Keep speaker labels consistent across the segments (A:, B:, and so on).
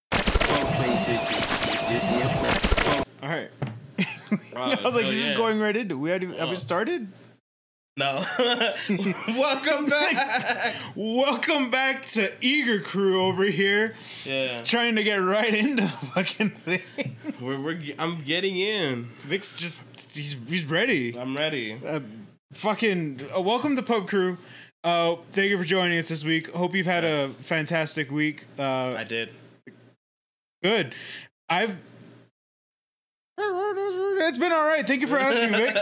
A: right. I was like,
B: hell
A: you're just
B: yeah. Oh.
A: going right into. it. We already have we started.
B: No. Welcome back.
A: Welcome back to Eager Crew over here,
B: yeah.
A: trying to get right into the fucking thing.
B: We're, we're ge- I'm getting in.
A: Vic's just he's he's ready.
B: I'm ready.
A: Uh, fucking uh, welcome to Pub Crew. Uh, thank you for joining us this week. Hope you've had a fantastic week. Uh,
B: I did.
A: good. I've it's been all right. Thank you for asking, Vic.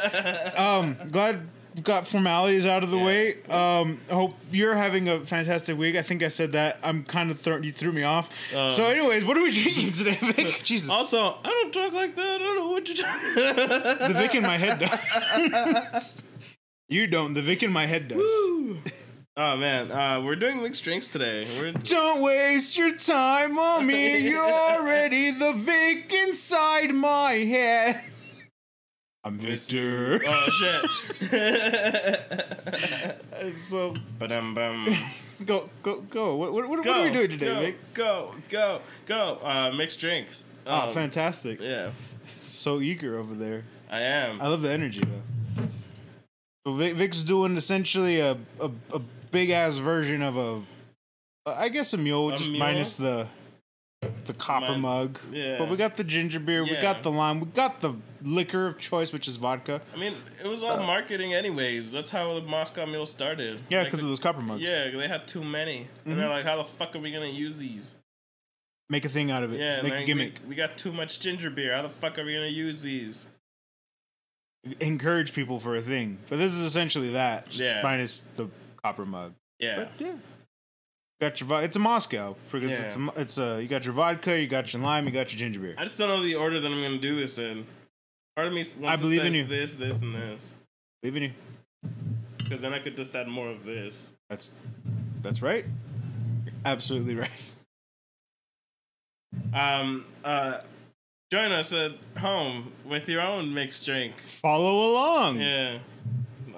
A: Um, glad we got formalities out of the way. Um, hope you're having a fantastic week. I think I said that. I'm kind of throw you threw me off. so, anyways, what are we drinking today, Vic? Jesus,
B: Also, I don't talk like that. I don't know what you're talking
A: the Vic in my head does. you don't. The Vic in my head does.
B: Oh, man. Uh, we're doing mixed drinks today. We're,
A: Don't waste your time on me. You're already the Vic inside my head. I'm Victor.
B: oh, shit.
A: so
B: Ba-dum bum.
A: go, go, go. What, what, what,
B: Go.
A: are we doing today,
B: go,
A: Vic?
B: Go, go, go. Uh, mixed drinks.
A: Oh,
B: Um,
A: fantastic.
B: Yeah,
A: So eager over there.
B: I am.
A: I love the energy though. So Vic, Vic's doing essentially a a, a big ass version of a, I guess a mule,
B: A
A: just
B: mule?
A: minus the the copper
B: Min-
A: mug.
B: yeah.
A: But we got the ginger beer, we
B: Yeah.
A: got the lime, we got the liquor of choice, which is vodka.
B: I mean, it was all marketing, anyways. That's how the Moscow Mule started.
A: uh, Yeah,
B: Like,
A: because
B: the-
A: of those copper mugs.
B: yeah, they had too many, and
A: Mm-hmm.
B: they're like, "How the fuck are we gonna use these?"
A: Make a thing out of it.
B: Yeah,
A: Make
B: like,
A: a
B: we-
A: gimmick.
B: We, got too much ginger beer. How the fuck are we gonna use these?
A: Encourage people for a thing. But this is essentially that. just
B: Yeah.
A: Minus the copper mug.
B: Yeah,
A: But yeah. Got your vo- it's a Moscow because
B: Yeah.
A: it's a, mo- it's a you got your vodka, you got your lime, you got your ginger beer.
B: I just don't know the order that I'm gonna do this in. Part of me wants
A: I believe
B: to
A: in
B: say
A: you.
B: This, this, and this,
A: Leaving you.
B: because then I could just add more of this.
A: That's that's right. You're absolutely right.
B: Um, uh, join us at home with your own mixed drink.
A: Follow along.
B: Yeah,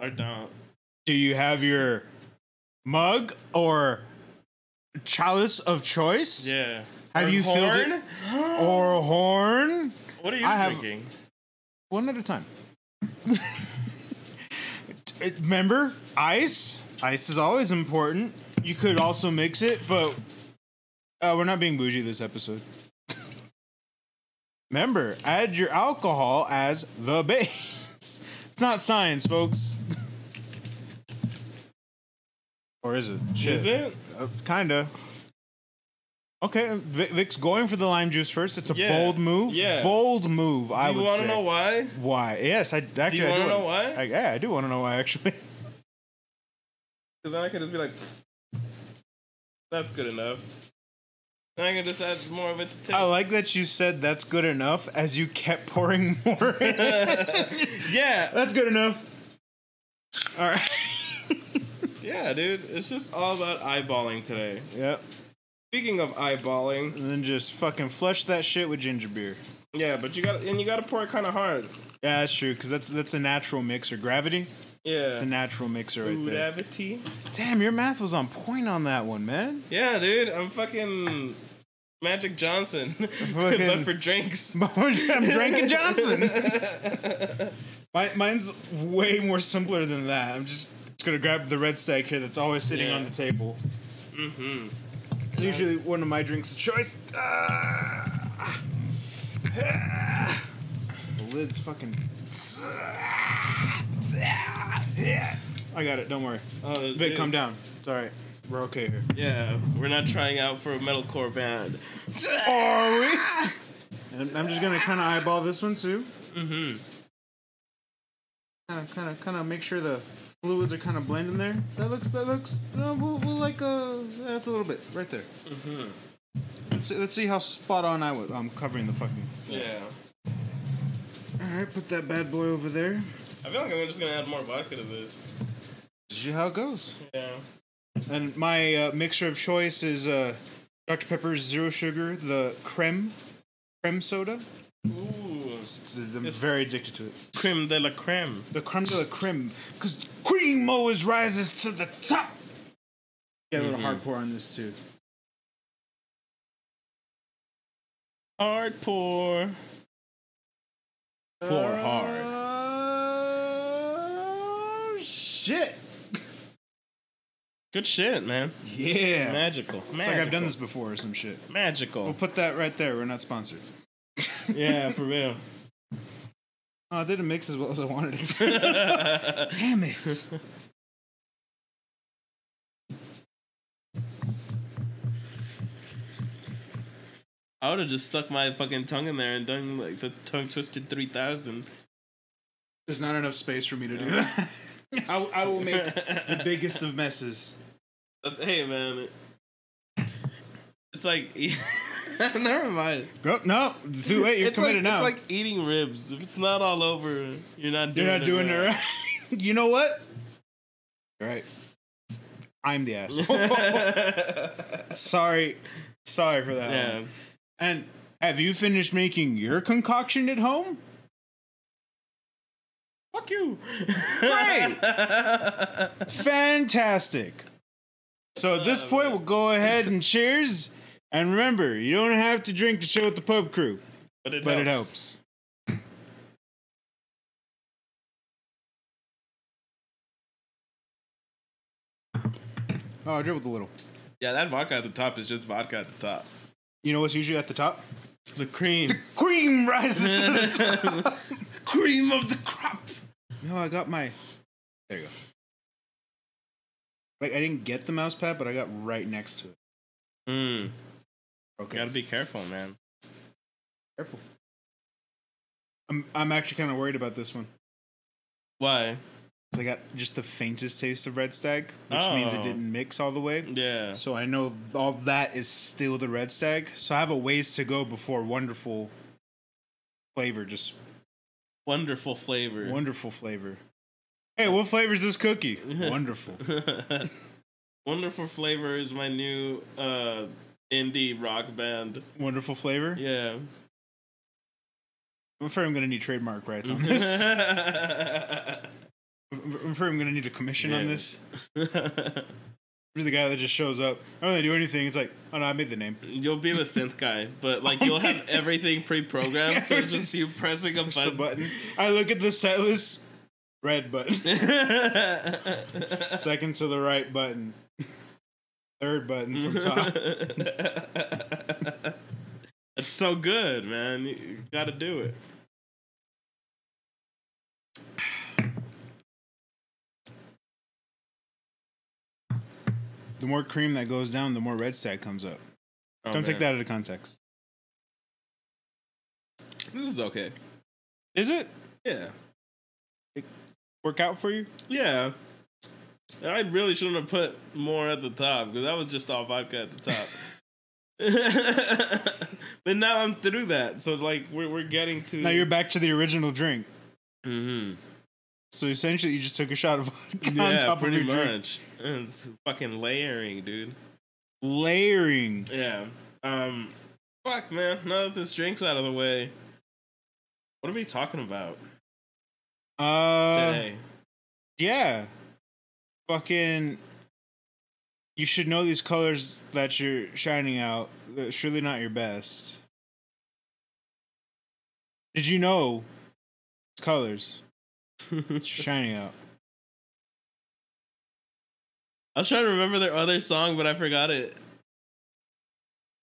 B: or don't.
A: Do you have your mug or chalice of choice?
B: Yeah.
A: Have
B: Or
A: you filled it?
B: horn?
A: Or horn?
B: What are you
A: I have-
B: drinking?
A: One at a time. It- Remember, ice. Ice is always important. You could also mix it, but uh, we're not being bougie this episode. Remember, add your alcohol as the base. It's not science, folks. Or is it? Shit.
B: Is it?
A: Uh, kinda. Okay, Vic- Vic's going for the lime juice first. It's a
B: Yeah,
A: bold move.
B: yeah.
A: Bold move, I
B: Do
A: would
B: you
A: say.
B: want to know why?
A: Why? Yes, I actually.
B: you
A: I
B: wanna
A: do
B: know
A: wanna-
B: why?
A: I, yeah, I do want to know why. Actually,
B: Because then I could just be like, that's good enough. And I can just add more of it to taste.
A: I like that you said that's good enough as you kept pouring more. in.
B: yeah,
A: that's good enough. All right.
B: yeah, dude. It's just all about eyeballing today.
A: Yep.
B: Speaking of eyeballing,
A: And then just fucking flush that shit with ginger beer.
B: yeah, but you got to and you got to pour it kind of hard.
A: Yeah, that's true. Cause that's that's a natural mixer. Gravity.
B: Yeah.
A: It's a natural mixer right there.
B: Gravity.
A: Damn, your math was on point on that one, man.
B: Yeah, dude. I'm fucking Magic Johnson, but
A: Fucking-
B: for drinks.
A: I'm drinking Johnson. My, mine's way more simpler than that. I'm just, just gonna grab the red stag here that's always sitting
B: Yeah.
A: on the table. Mm-hmm. It's usually one of my drinks of choice. Ah. Ah. the lid's fucking. I got it. Don't worry.
B: Oh,
A: Vic,
B: dude.
A: calm down. It's all right. We're okay here.
B: Yeah, we're not trying out for a metalcore band.
A: Are we? And I'm just gonna kind of eyeball this one too.
B: Mm-hmm.
A: kind of kind of kind of make sure the fluids are kind of blending there that looks that looks no we'll, we'll like uh that's a little bit right there let's see, let's see how spot on i was i'm covering the fucking
B: Yeah.
A: all right put that bad boy over there
B: I feel like I'm just gonna add more vodka to this.
A: see how it goes
B: Yeah.
A: and my uh, mixture of choice is uh dr pepper's zero sugar the creme creme soda
B: Ooh.
A: It's- i'm very addicted to it
B: Creme de la creme.
A: the creme de la creme because cream always rises to the top yeah a little hard
B: Mm-hmm.
A: pour on this too
B: Hard pour.
A: Pour hard.
B: Oh,
A: Shit.
B: Good shit, man.
A: Yeah.
B: Magical. Magical.
A: It's like I've done this before or some shit. We'll
B: Magical.
A: put that right there. We're not sponsored.
B: yeah, for real.
A: Oh, it didn't mix as well as I wanted it to. Damn it.
B: I would have just stuck my fucking tongue in there and done like the tongue twisted three thousand.
A: There's not enough space for me to do that. I, I will make the
B: That's
A: biggest of messes.
B: hey man. It, it's like never mind.
A: Go, no, it's too late. You're
B: it's like,
A: committed now.
B: It's like eating ribs. If it's not all over, you're not doing
A: You're not
B: it
A: doing it
B: right.
A: right. you know what? All right. I'm the asshole. Sorry. Sorry for that.
B: yeah.
A: one. And have you finished making your concoction at home?
B: Fuck you.
A: Great. Fantastic. So at this
B: Oh,
A: point,
B: man.
A: we'll go ahead and cheers. And remember, you don't have to drink to show with the pub crew,
B: but it
A: but
B: helps.
A: it helps. Oh, I dribbled a little.
B: Yeah, that vodka at the top is just vodka at the top.
A: You know what's usually at the top?
B: The cream.
A: Cream rises to the top.
B: cream of the crop.
A: No, I got my. There you go. Like I didn't get the mouse pad, but I got right next to it.
B: Mm,
A: Okay.
B: gotta be careful, man.
A: Careful. I'm I'm actually kind of worried about this one.
B: Why?
A: 'Cause I got just the faintest taste of red stag, which means it
B: Oh.
A: didn't mix all the way.
B: Yeah.
A: So I know all that is still the red stag. So I have a ways to go before wonderful flavor. Just
B: Wonderful flavor.
A: wonderful flavor. Hey, what flavor is this cookie? wonderful.
B: Wonderful flavor is my new uh, indie rock band.
A: Wonderful flavor.
B: Yeah.
A: I'm afraid I'm gonna need trademark rights on this. I'm I'm afraid I'm gonna need a commission on
B: Yeah.
A: this. You're the guy that just shows up. I don't really do anything. It's like, oh no, I made the name.
B: you'll be the synth guy, but like you'll have everything pre-programmed, so it's just you pressing a
A: Push the button. I look at the set list. Red button. Second to the right button. Third button from top.
B: It's so good, man. You gotta do it.
A: The more cream that goes down, the more red stag comes up. Don't take that out of context.
B: This is okay.
A: Is it
B: Yeah.
A: work out for you?
B: Yeah. I really shouldn't have put more at the top because that was just all vodka at the top. but now I'm through that, so like we're we're getting to
A: Now you're back to the original drink.
B: Mhm.
A: So essentially, you just took a shot of vodka on
B: yeah,
A: top of
B: pretty
A: your drink.
B: much. It's fucking layering, dude.
A: Layering.
B: Yeah. Um. Fuck, man. Now that this drink's out of the way, what are we talking about
A: Uh,
B: today?
A: yeah. Fucking. You should know these colors that you're shining out. They're surely not your best. Did you know these colors? It's shining out.
B: I was trying to remember their other song, but I forgot it.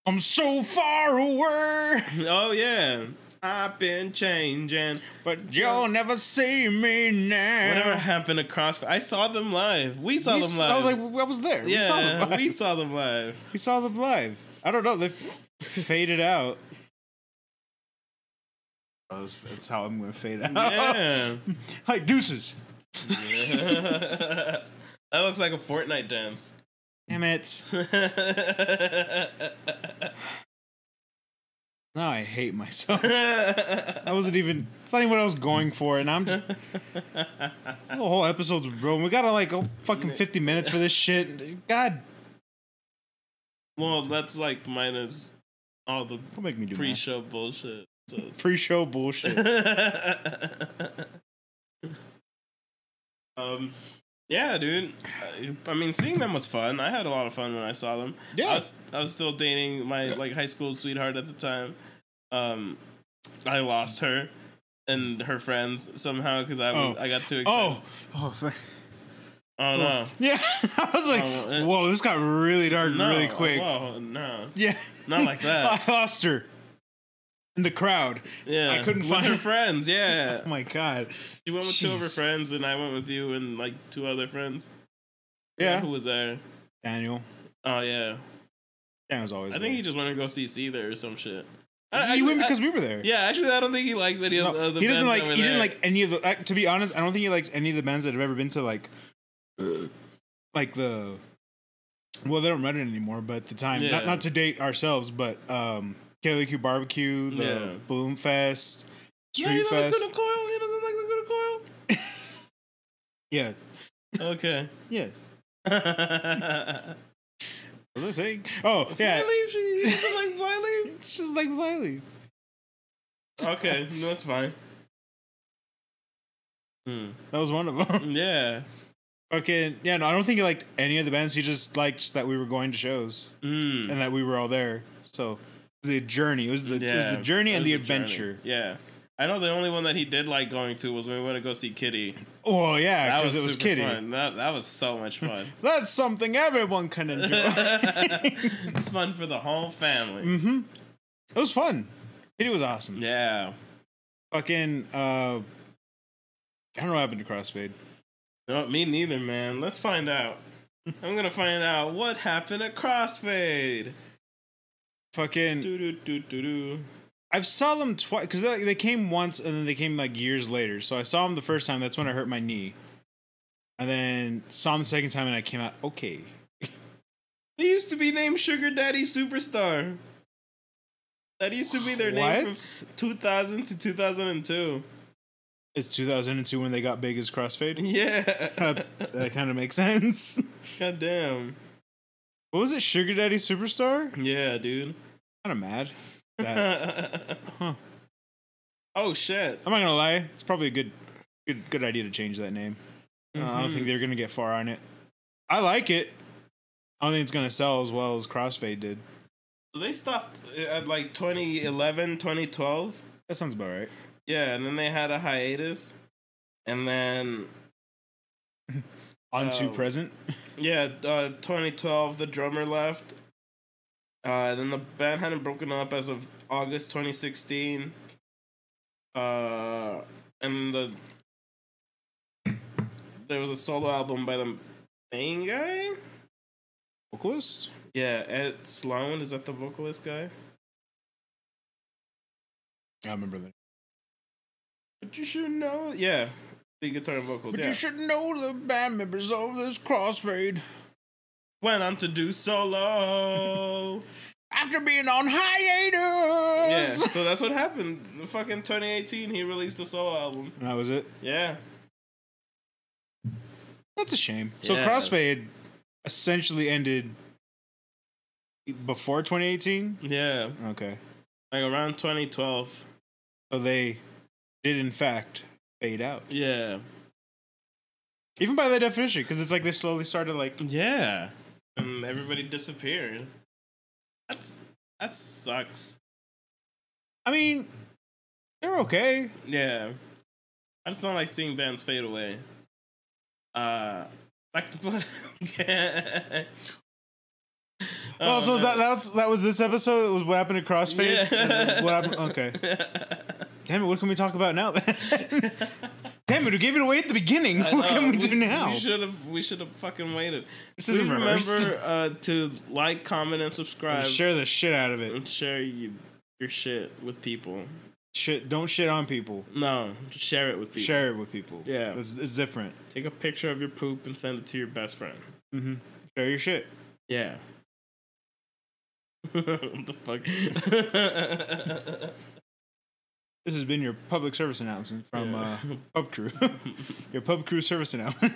A: I'm so far away,
B: Oh yeah, I've been changing.
A: but you'll never see me now.
B: Whatever happened to CrossFit? I saw them live. We saw
A: We
B: them
A: s-
B: live.
A: I was like, I was there.
B: yeah,
A: we saw them live.
B: we saw them live.
A: We saw them live. I don't know. They faded out.
B: Oh,
A: That's, that's how I'm gonna fade out.
B: Yeah.
A: like deuces.
B: that looks like a Fortnite dance.
A: Damn it. Now I hate myself. I wasn't even. It's not even what I was going for, and I'm just. The whole episode's ruined. We gotta like go fucking 50 minutes for this shit. God,
B: well, that's like minus all the
A: don't make me do pre
B: pre-show bullshit. So it's-
A: pre-show bullshit.
B: um, yeah, dude. I- I mean, seeing them was fun. I had a lot of fun when I saw them. I
A: yeah,
B: was, I was still dating my like high school sweetheart at the time. Um, I lost her, and her friends somehow because I was,
A: Oh.
B: I got too excited. Oh,
A: Oh, oh, th-
B: no.
A: yeah. I was like,
B: Oh, well, it-
A: whoa, this got really dark
B: no.
A: Oh. really quick.
B: Whoa, no.
A: Yeah,
B: Not like that.
A: I lost her in the crowd.
B: Yeah.
A: I couldn't
B: with
A: find-
B: her friends. Yeah.
A: Oh my god.
B: She went with two of her
A: Jeez.
B: friends, and I went with you and like two other friends.
A: Yeah,
B: Who was there?
A: Daniel.
B: Oh yeah.
A: Daniel's always.
B: I think he just wanted to go see C there or some shit.
A: he, went because we were there.
B: Yeah, actually, I don't think he likes any
A: No,
B: of the- the.
A: he
B: bands
A: doesn't like.
B: that
A: He
B: were there.
A: didn't like any of the. I- To be honest, I don't think he likes any of the bands that have ever been to like, uh, like the. Well, they don't run it anymore, but at the time,
B: Yeah.
A: not not to date ourselves, but um, KLQ Barbecue, the
B: Yeah.
A: Bloom Fest,
B: Yeah,
A: Street
B: he doesn't
A: Fest.
B: Like Kuna Coil. He doesn't like the
A: Yes,
B: Kuna Coil. Okay.
A: yes.
B: Flyleaf,
A: What was I saying? Oh, yeah.
B: she he doesn't like Flyleaf.
A: It's just like Violet.
B: Okay, no, that's fine. Hmm.
A: That was one of them.
B: Yeah.
A: Fucking yeah. No, I don't think he liked any of the bands. He just liked that we were going to shows.
B: Mm.
A: and that we were all there. So the journey it was the it was
B: Yeah,
A: the journey
B: it
A: and
B: was
A: the
B: journey.
A: adventure.
B: Yeah. I know the only one that he did like going to was when we went to go see Kitty.
A: Oh yeah,
B: That
A: because it was
B: super
A: Kitty.
B: Fun. That, that was so much fun.
A: That's something everyone can enjoy.
B: it's fun for the whole family.
A: hmm It was fun. Kitty was awesome.
B: Yeah.
A: Fucking uh, I don't know what happened to Crossfade.
B: No, me neither, man. Let's find out. I'm gonna find out what happened at Crossfade.
A: Fucking
B: Doo doo doo doo doo.
A: I've saw them twice because they, they came once and then they came like years later. So I saw them the first time. That's when I hurt my knee. And then saw them the second time and I came out okay.
B: They used to be named Sugar Daddy Superstar. That used to be their name from
A: What?
B: 2000 to 2002.
A: It's 2002 when they got big as Crossfade.
B: Yeah.
A: that, kind of makes sense.
B: God damn.
A: What was it? Sugar Daddy Superstar?
B: Yeah, dude.
A: Kind of mad. That, huh.
B: oh shit.
A: I'm not gonna lie. It's probably a good, good, good idea to change that name. Uh, I don't
B: Mhm.
A: think they're gonna get far on it. I like it. I don't think it's gonna sell as well as Crossfade did.
B: they stopped at like 2011, 2012.
A: That sounds about right.
B: Yeah, and then they had a hiatus. And then
A: On to
B: Oh.
A: present.
B: Yeah, uh, 2012, the drummer left. Uh, then the band hadn't broken up as of August 2016. Uh, and the there was a solo album by the main guy.
A: Vocalist.
B: Yeah, Ed Sloan is that the vocalist guy?
A: I remember that.
B: But you should know, yeah, the guitar and vocals.
A: But
B: yeah,
A: you should know the band members of this Crossfade.
B: went on to do solo.
A: After being on
B: yeah,
A: hiatus.
B: so that's what happened. The fucking 2018, he released a solo album.
A: And that was it.
B: Yeah.
A: That's a shame. So
B: Yeah.
A: Crossfade essentially ended before 2018.
B: Yeah,
A: Okay.
B: like around 2012.
A: So they did in fact fade out.
B: Yeah,
A: Even by that definition because it's like they slowly started like
B: yeah, and everybody disappeared. That's that sucks.
A: I mean they're okay.
B: Yeah, I just don't like seeing bands fade away. Uh, like the blood. Oh,
A: well, so that that's that was this episode that was what happened to Crossfade.
B: Yeah.
A: What happened okay. Damn it, what can we talk about now? Damn it, we gave it away at the beginning.
B: I
A: what
B: know,
A: can we, do now?
B: We should have. We should have fucking waited.
A: this
B: Please
A: isn't rehearsed.
B: remember uh, to like, comment, and subscribe.
A: Share the shit out of it.
B: and share you, your shit with people.
A: Shit, don't shit on people.
B: No, just share it with people.
A: Share it with people.
B: Yeah.
A: it's, it's different.
B: Take a picture of your poop and send it to your best friend.
A: Mm-hmm. Share your shit.
B: Yeah. what the fuck?
A: This has been your public service announcement from
B: Yeah.
A: uh, Pub Crew. your Pub Crew service announcement.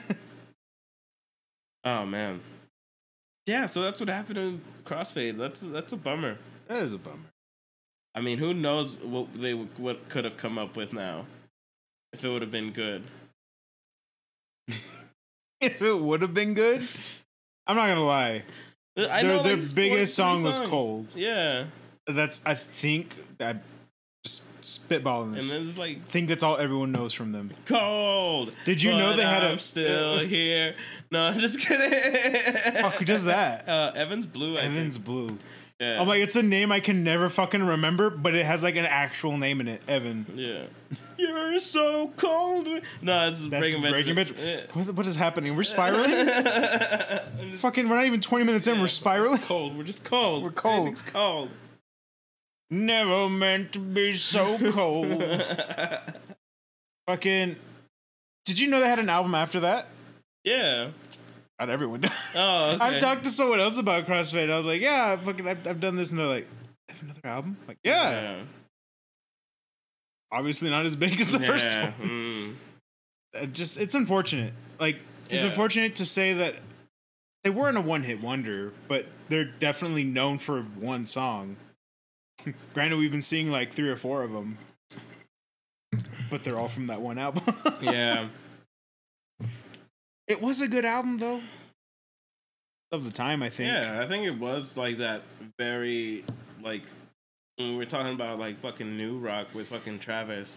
B: oh man. Yeah, so that's what happened in Crossfade. That's that's a bummer.
A: that is a bummer.
B: I mean, who knows what they w- what could have come up with now if it would have been good.
A: If it would have been good, I'm not gonna lie.
B: I
A: Their-
B: know
A: their
B: like,
A: biggest
B: 43
A: song was
B: songs.
A: Cold.
B: Yeah.
A: That's I think I Just spitballing
B: And
A: this.
B: this is like
A: I think that's all everyone knows from them.
B: cold.
A: Did you know
B: but
A: they had a-
B: I'm still here. No, I'm just kidding.
A: Fuck, who does that?
B: Uh, Evans Blue. I
A: Evans Oh
B: Think.
A: Blue.
B: Yeah.
A: I'm like, it's a name I can never fucking remember, but it has like an actual name in it. Evan.
B: Yeah. You're so cold. No, it's
A: That's
B: Breaking Benjamin.
A: Breaking Benjamin.
B: Yeah.
A: What, what is happening? We're spiraling.
B: I'm just
A: fucking, we're not even 20 minutes in. We're spiraling.
B: cold. We're just cold.
A: We're cold.
B: Everything's cold.
A: Never meant to be so cold. fucking. Did you know they had an album after that?
B: yeah.
A: Not everyone. does.
B: Oh, okay.
A: I've talked to someone else about CrossFit. And I was like, yeah, I fucking, I've, I've done this, and they're like, I have another album. I'm like, yeah, obviously not as big as the first
B: Yeah,
A: one.
B: mm.
A: I Uh, just it's unfortunate. Like it's
B: Yeah.
A: unfortunate to say that they weren't a one-hit wonder, but they're definitely known for one song. Granted, we've been seeing like three or four of them, but they're all from that one album.
B: Yeah.
A: it was a good album though. Of the time, I think.
B: Yeah, I think it was like that very like when we were talking about like fucking new rock with fucking Travis.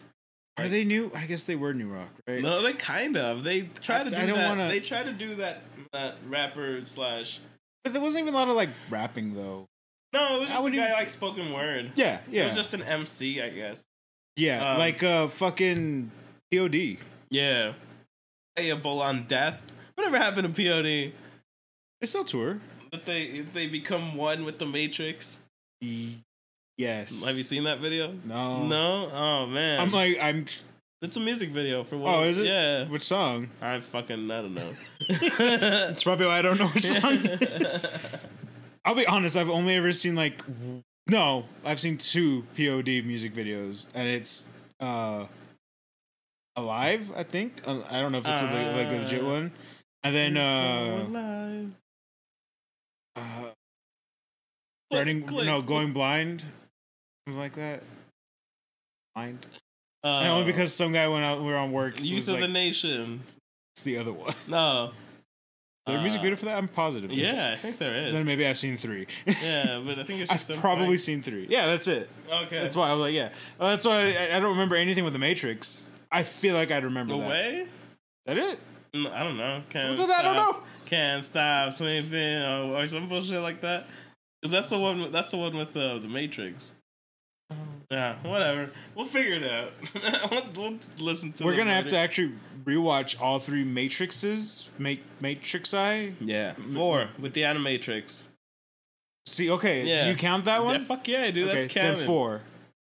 A: Are they new? I guess they were new rock, right?
B: No, they kind of they try
A: I-
B: to do
A: I don't
B: that.
A: wanna-
B: They try to do that that rapper slash.
A: But there wasn't even a lot of like rapping though.
B: No, it was just a
A: I
B: guy
A: wouldn't even-
B: like spoken word.
A: Yeah,
B: It
A: yeah,
B: was just an MC, I guess.
A: yeah.
B: um,
A: like uh, fucking POD.
B: Yeah. Payable on death. Whatever happened to POD?
A: They still tour.
B: That they they become one with the Matrix.
A: Yes.
B: Have you seen that video?
A: No.
B: No. Oh man.
A: Um, I'm like, I'm.
B: It's a music video for one.
A: Oh, is it?
B: Yeah.
A: Which song?
B: I fucking I don't know.
A: It's probably why I don't know which song. it is. I'll be honest. I've only ever seen like, no, I've seen two POD music videos, and it's uh, alive. I think. Uh, I don't know if it's a, le- like a legit
B: Ah.
A: one. And then uh, uh burning. No, going blind. Something like that. Blind.
B: Uh,
A: And only because some guy went out. We were on work. You
B: Youth
A: was
B: of
A: like,
B: the Nation.
A: it's the other one.
B: No.
A: Is there a music
B: Uh,
A: video for that? I'm positive.
B: Yeah, I think there is.
A: Then maybe I've seen three.
B: yeah, but I think it's
A: I've
B: just a
A: probably
B: fight.
A: seen three. Yeah, that's it.
B: okay.
A: That's why I was like, yeah. Well, that's why I, I don't remember anything with the Matrix. I feel like I'd remember that.
B: away.
A: That it?
B: No, I don't know. Can't
A: Well, then I don't
B: stop-
A: know.
B: Can't stop sleeping or, or some bullshit like that. 'Cause that's the one. That's the one with the the Matrix. Yeah, whatever. We'll figure it out. we'll, we'll listen to.
A: We're
B: the
A: gonna have to
B: verdict.
A: actually rewatch all three Matrixes. Make Matrix I
B: Yeah, four with the animatrix.
A: see. Okay,
B: Yeah.
A: do you count that one?
B: Yeah, fuck yeah, dude.
A: okay,
B: that's canon.
A: then four.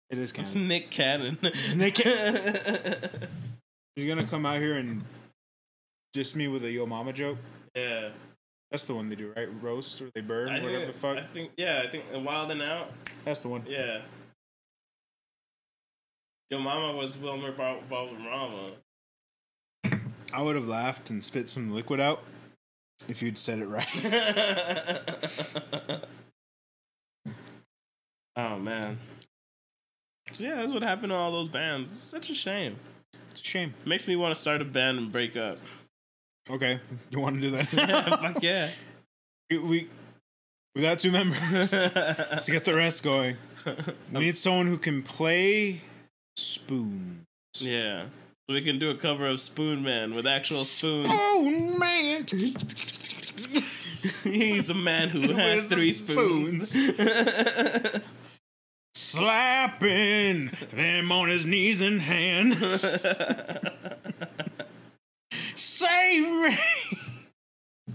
A: It is
B: It's
A: canon.
B: Nick Cannon. It's
A: Nick You're gonna come out here and diss me with a yo mama joke.
B: yeah.
A: That's the one they do, right? Roast or they burn,
B: I
A: whatever
B: think-
A: the fuck.
B: I think. Yeah, I think Wild and Out.
A: That's the one.
B: Yeah. Your mama was Wilmer Val- Valderrama.
A: I would have laughed and spit some liquid out if you'd said it right.
B: oh man. So yeah, that's what happened to all those bands. It's such a shame.
A: It's a shame.
B: Makes me want to start a band and break up.
A: Okay, you want to do that?
B: Fuck yeah.
A: we, we we got two members. Let's get the rest going. We need someone who can play spoon.
B: yeah. So we can do a cover of Spoon Man with actual spoons.
A: Spoon man.
B: He's a man who has
A: With
B: three spoons.
A: Slapping them on his knees and hand. Save me.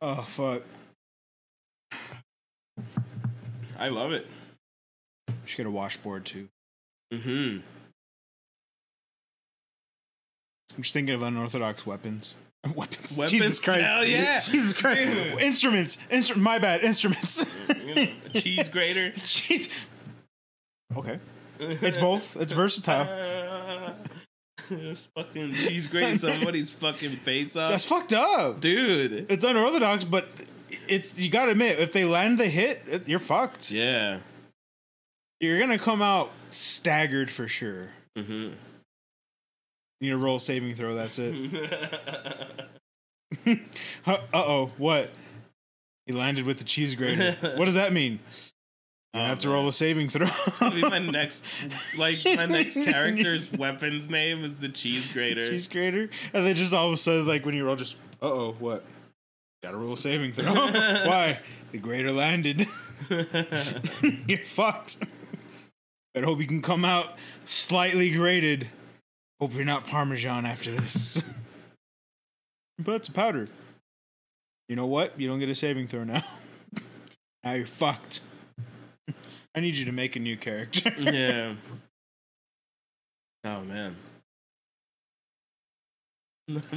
A: oh fuck.
B: I love it.
A: Should get a washboard too.
B: Mm-hmm.
A: I'm just thinking of unorthodox weapons. Weapons.
B: Weapons?
A: Jesus Christ.
B: Hell yeah.
A: Jesus Christ.
B: Dude.
A: Instruments. Instru- my bad. Instruments.
B: You know, a cheese grater.
A: Jeez. Okay. It's both. It's versatile.
B: Just fucking cheese grating somebody's fucking face off.
A: That's fucked up.
B: Dude.
A: It's unorthodox, but it's you gotta admit, if they land the hit, it, you're fucked.
B: Yeah.
A: You're gonna come out staggered for sure.
B: Mm-hmm.
A: You need a roll saving throw, that's it. uh oh, what? He landed with the cheese grater. what does that mean? You
B: Oh,
A: have to
B: man.
A: roll a saving throw.
B: Maybe my next, like my next character's weapon's name is the cheese grater.
A: Cheese grater. And then just all of a sudden, like when you roll, just, uh oh, what? Gotta roll a saving throw. Why? The grater landed. You're fucked. Better hope you can come out slightly grated. Hope you're not Parmesan after this. but it's powder. You know what? You don't get a saving throw now. now you're fucked. I need you to make a new character.
B: yeah. Oh man.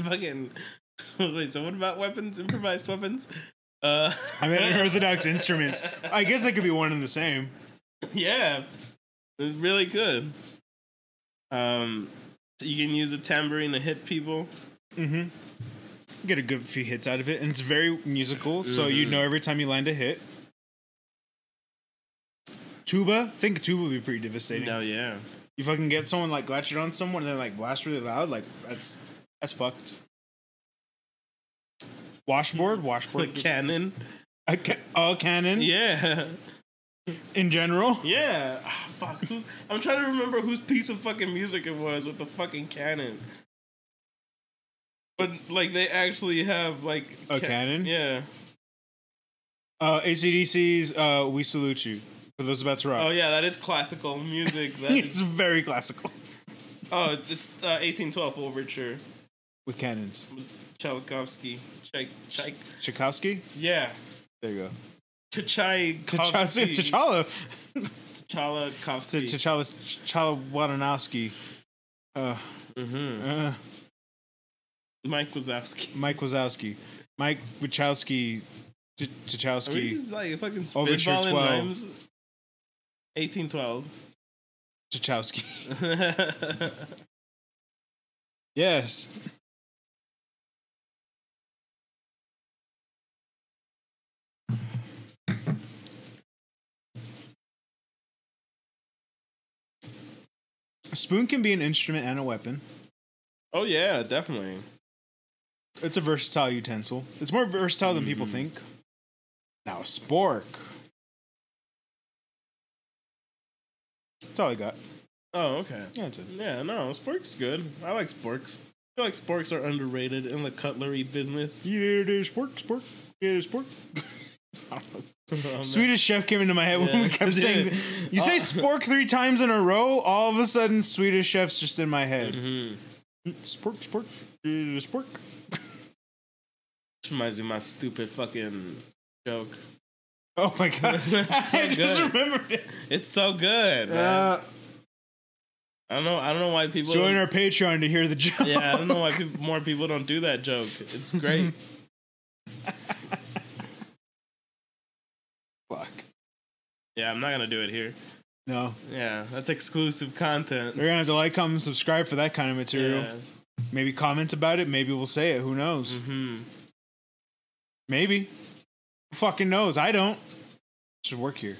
B: Fucking. Wait, so what about weapons? Improvised weapons? Uh.
A: I mean, unorthodox instruments. I guess they could be one and the same.
B: Yeah, it's really good. Um, so you can use a tambourine to hit people.
A: Mm-hmm. Get a good few hits out of it, and it's very musical, so you
B: Mm-hmm.
A: know every time you land a hit. Tuba, I think tuba would be pretty devastating.
B: No, yeah,
A: You fucking get someone like latch it on someone and then like blast really loud, like that's that's fucked. Washboard,
B: the
A: washboard,
B: cannon.
A: a, ca- a cannon
B: Yeah,
A: in general.
B: yeah. Ah, fuck. Who, I'm trying to remember whose piece of fucking music it was with the fucking cannon. But like they actually have like
A: A cannon?
B: Yeah.
A: Uh, ACDC's uh, "We Salute You" for those about to rock.
B: Oh yeah, that is classical music. That
A: it's
B: is,
A: very classical
B: oh, it's uh, 1812 Overture,
A: with cannons.
B: Tchaikovsky. Chaik, Chaik.
A: Tchaikovsky.
B: Yeah.
A: There you go. T'Challa.
B: Tchaikovsky.
A: T'Challa.
B: Chala
A: to
B: Kofsky.
A: T'Challa T'Challa Wadanowski, uh,
B: Mhm.
A: uh,
B: Mike Wazowski.
A: Mike Wazowski, Mike Wachowski, T-
B: Are we
A: T'Chowski,
B: just like fucking
A: Overture
B: spitballing
A: 12.
B: rhymes? 1812.
A: T'Chowski. Yes. A spoon can be an instrument and a weapon.
B: oh yeah, definitely.
A: It's a versatile utensil. It's more versatile than people think. Now, a spork. That's all I got.
B: Oh, okay.
A: Yeah, that's it.
B: Yeah, no, Spork's good. I like Sporks. I feel like Sporks are underrated in the cutlery business.
A: Yeah, it is spork, spork. Yeah, it is spork.
B: Um,
A: Swedish chef came into my head when
B: Yeah.
A: we kept saying, You say
B: Uh,
A: spork three times in a row, all of a sudden, Swedish chef's just in my head.
B: mhm.
A: Mm-hmm. Spork, spork. Yeah, it is spork.
B: This reminds me of my stupid fucking joke.
A: Oh my god.
B: That's so
A: I just
B: good.
A: remembered it.
B: It's so good. man.
A: Uh,
B: I don't know. I don't know why people
A: join
B: don't-
A: our Patreon to hear the joke.
B: Yeah, I don't know why people, more people don't do that joke. It's great.
A: Fuck.
B: yeah, I'm not gonna do it here.
A: No.
B: Yeah, that's exclusive content.
A: You're gonna have to like, comment, subscribe for that kind of material.
B: Yeah.
A: Maybe comment about it. Maybe we'll say it. Who knows?
B: hmm
A: Maybe. Who fucking knows? I don't. Should work here.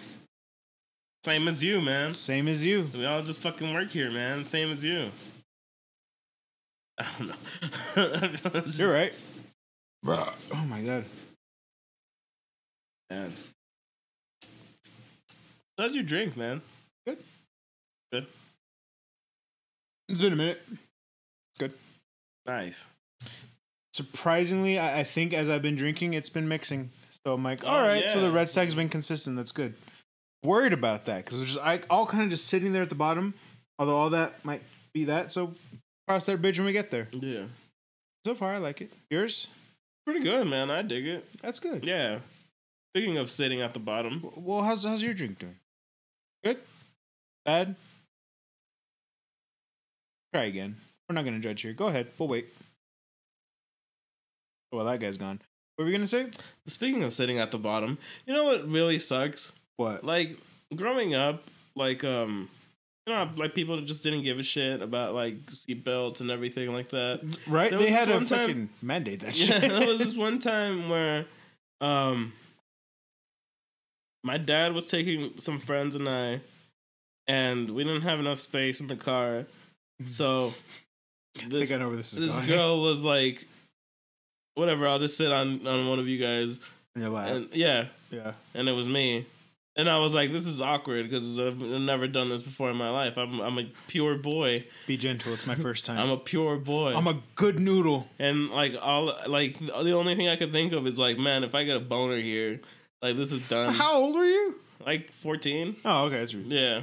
B: Same as you, man.
A: Same as you.
B: We all just fucking work here, man. Same as you. I don't know.
A: You're right. Oh my god.
B: man. How's your drink, man?
A: Good.
B: Good.
A: It's been a minute.
B: Nice.
A: Surprisingly, I, I think as I've been drinking, it's been mixing. So I'm like, all
B: Oh,
A: right. So
B: yeah.
A: the red stag's been consistent. That's good. Worried about that because it's just I all kind of just sitting there at the bottom. Although all that might be that. So cross that bridge when we get there.
B: Yeah.
A: So far, I like it. Yours?
B: Pretty good, man. I dig it.
A: That's good.
B: Yeah. Speaking of sitting at the bottom,
A: W- Well, how's how's your drink doing? Good? Bad? Try again. We're not gonna judge here. Go ahead. We'll wait. Oh, Well, that guy's gone. What were we gonna say?
B: speaking of sitting at the bottom, you know what really sucks?
A: What?
B: like growing up, like um, you know, like people just didn't give a shit about like seatbelts and everything like that.
A: Right?
B: There
A: They
B: was
A: had
B: this
A: a
B: one time-
A: fucking mandate that
B: Yeah,
A: shit.
B: there was this one time where um, my dad was taking some friends and I, and we didn't have enough space in the car, so
A: I
B: this
A: think I know where this is
B: this
A: going.
B: girl was like. Whatever, I'll just sit on on one of you guys,
A: In your lap.
B: and yeah,
A: yeah.
B: and it was me, And I was like, this is awkward because I've never done this before in my life. I'm, I'm a pure boy.
A: Be gentle. It's my first time.
B: I'm a pure boy.
A: I'm a good noodle.
B: and like all like the only thing I could think of is like, man, if I get a boner here, like this is done.
A: How old are you?
B: Like 14?
A: Oh, okay. That's,
B: Yeah.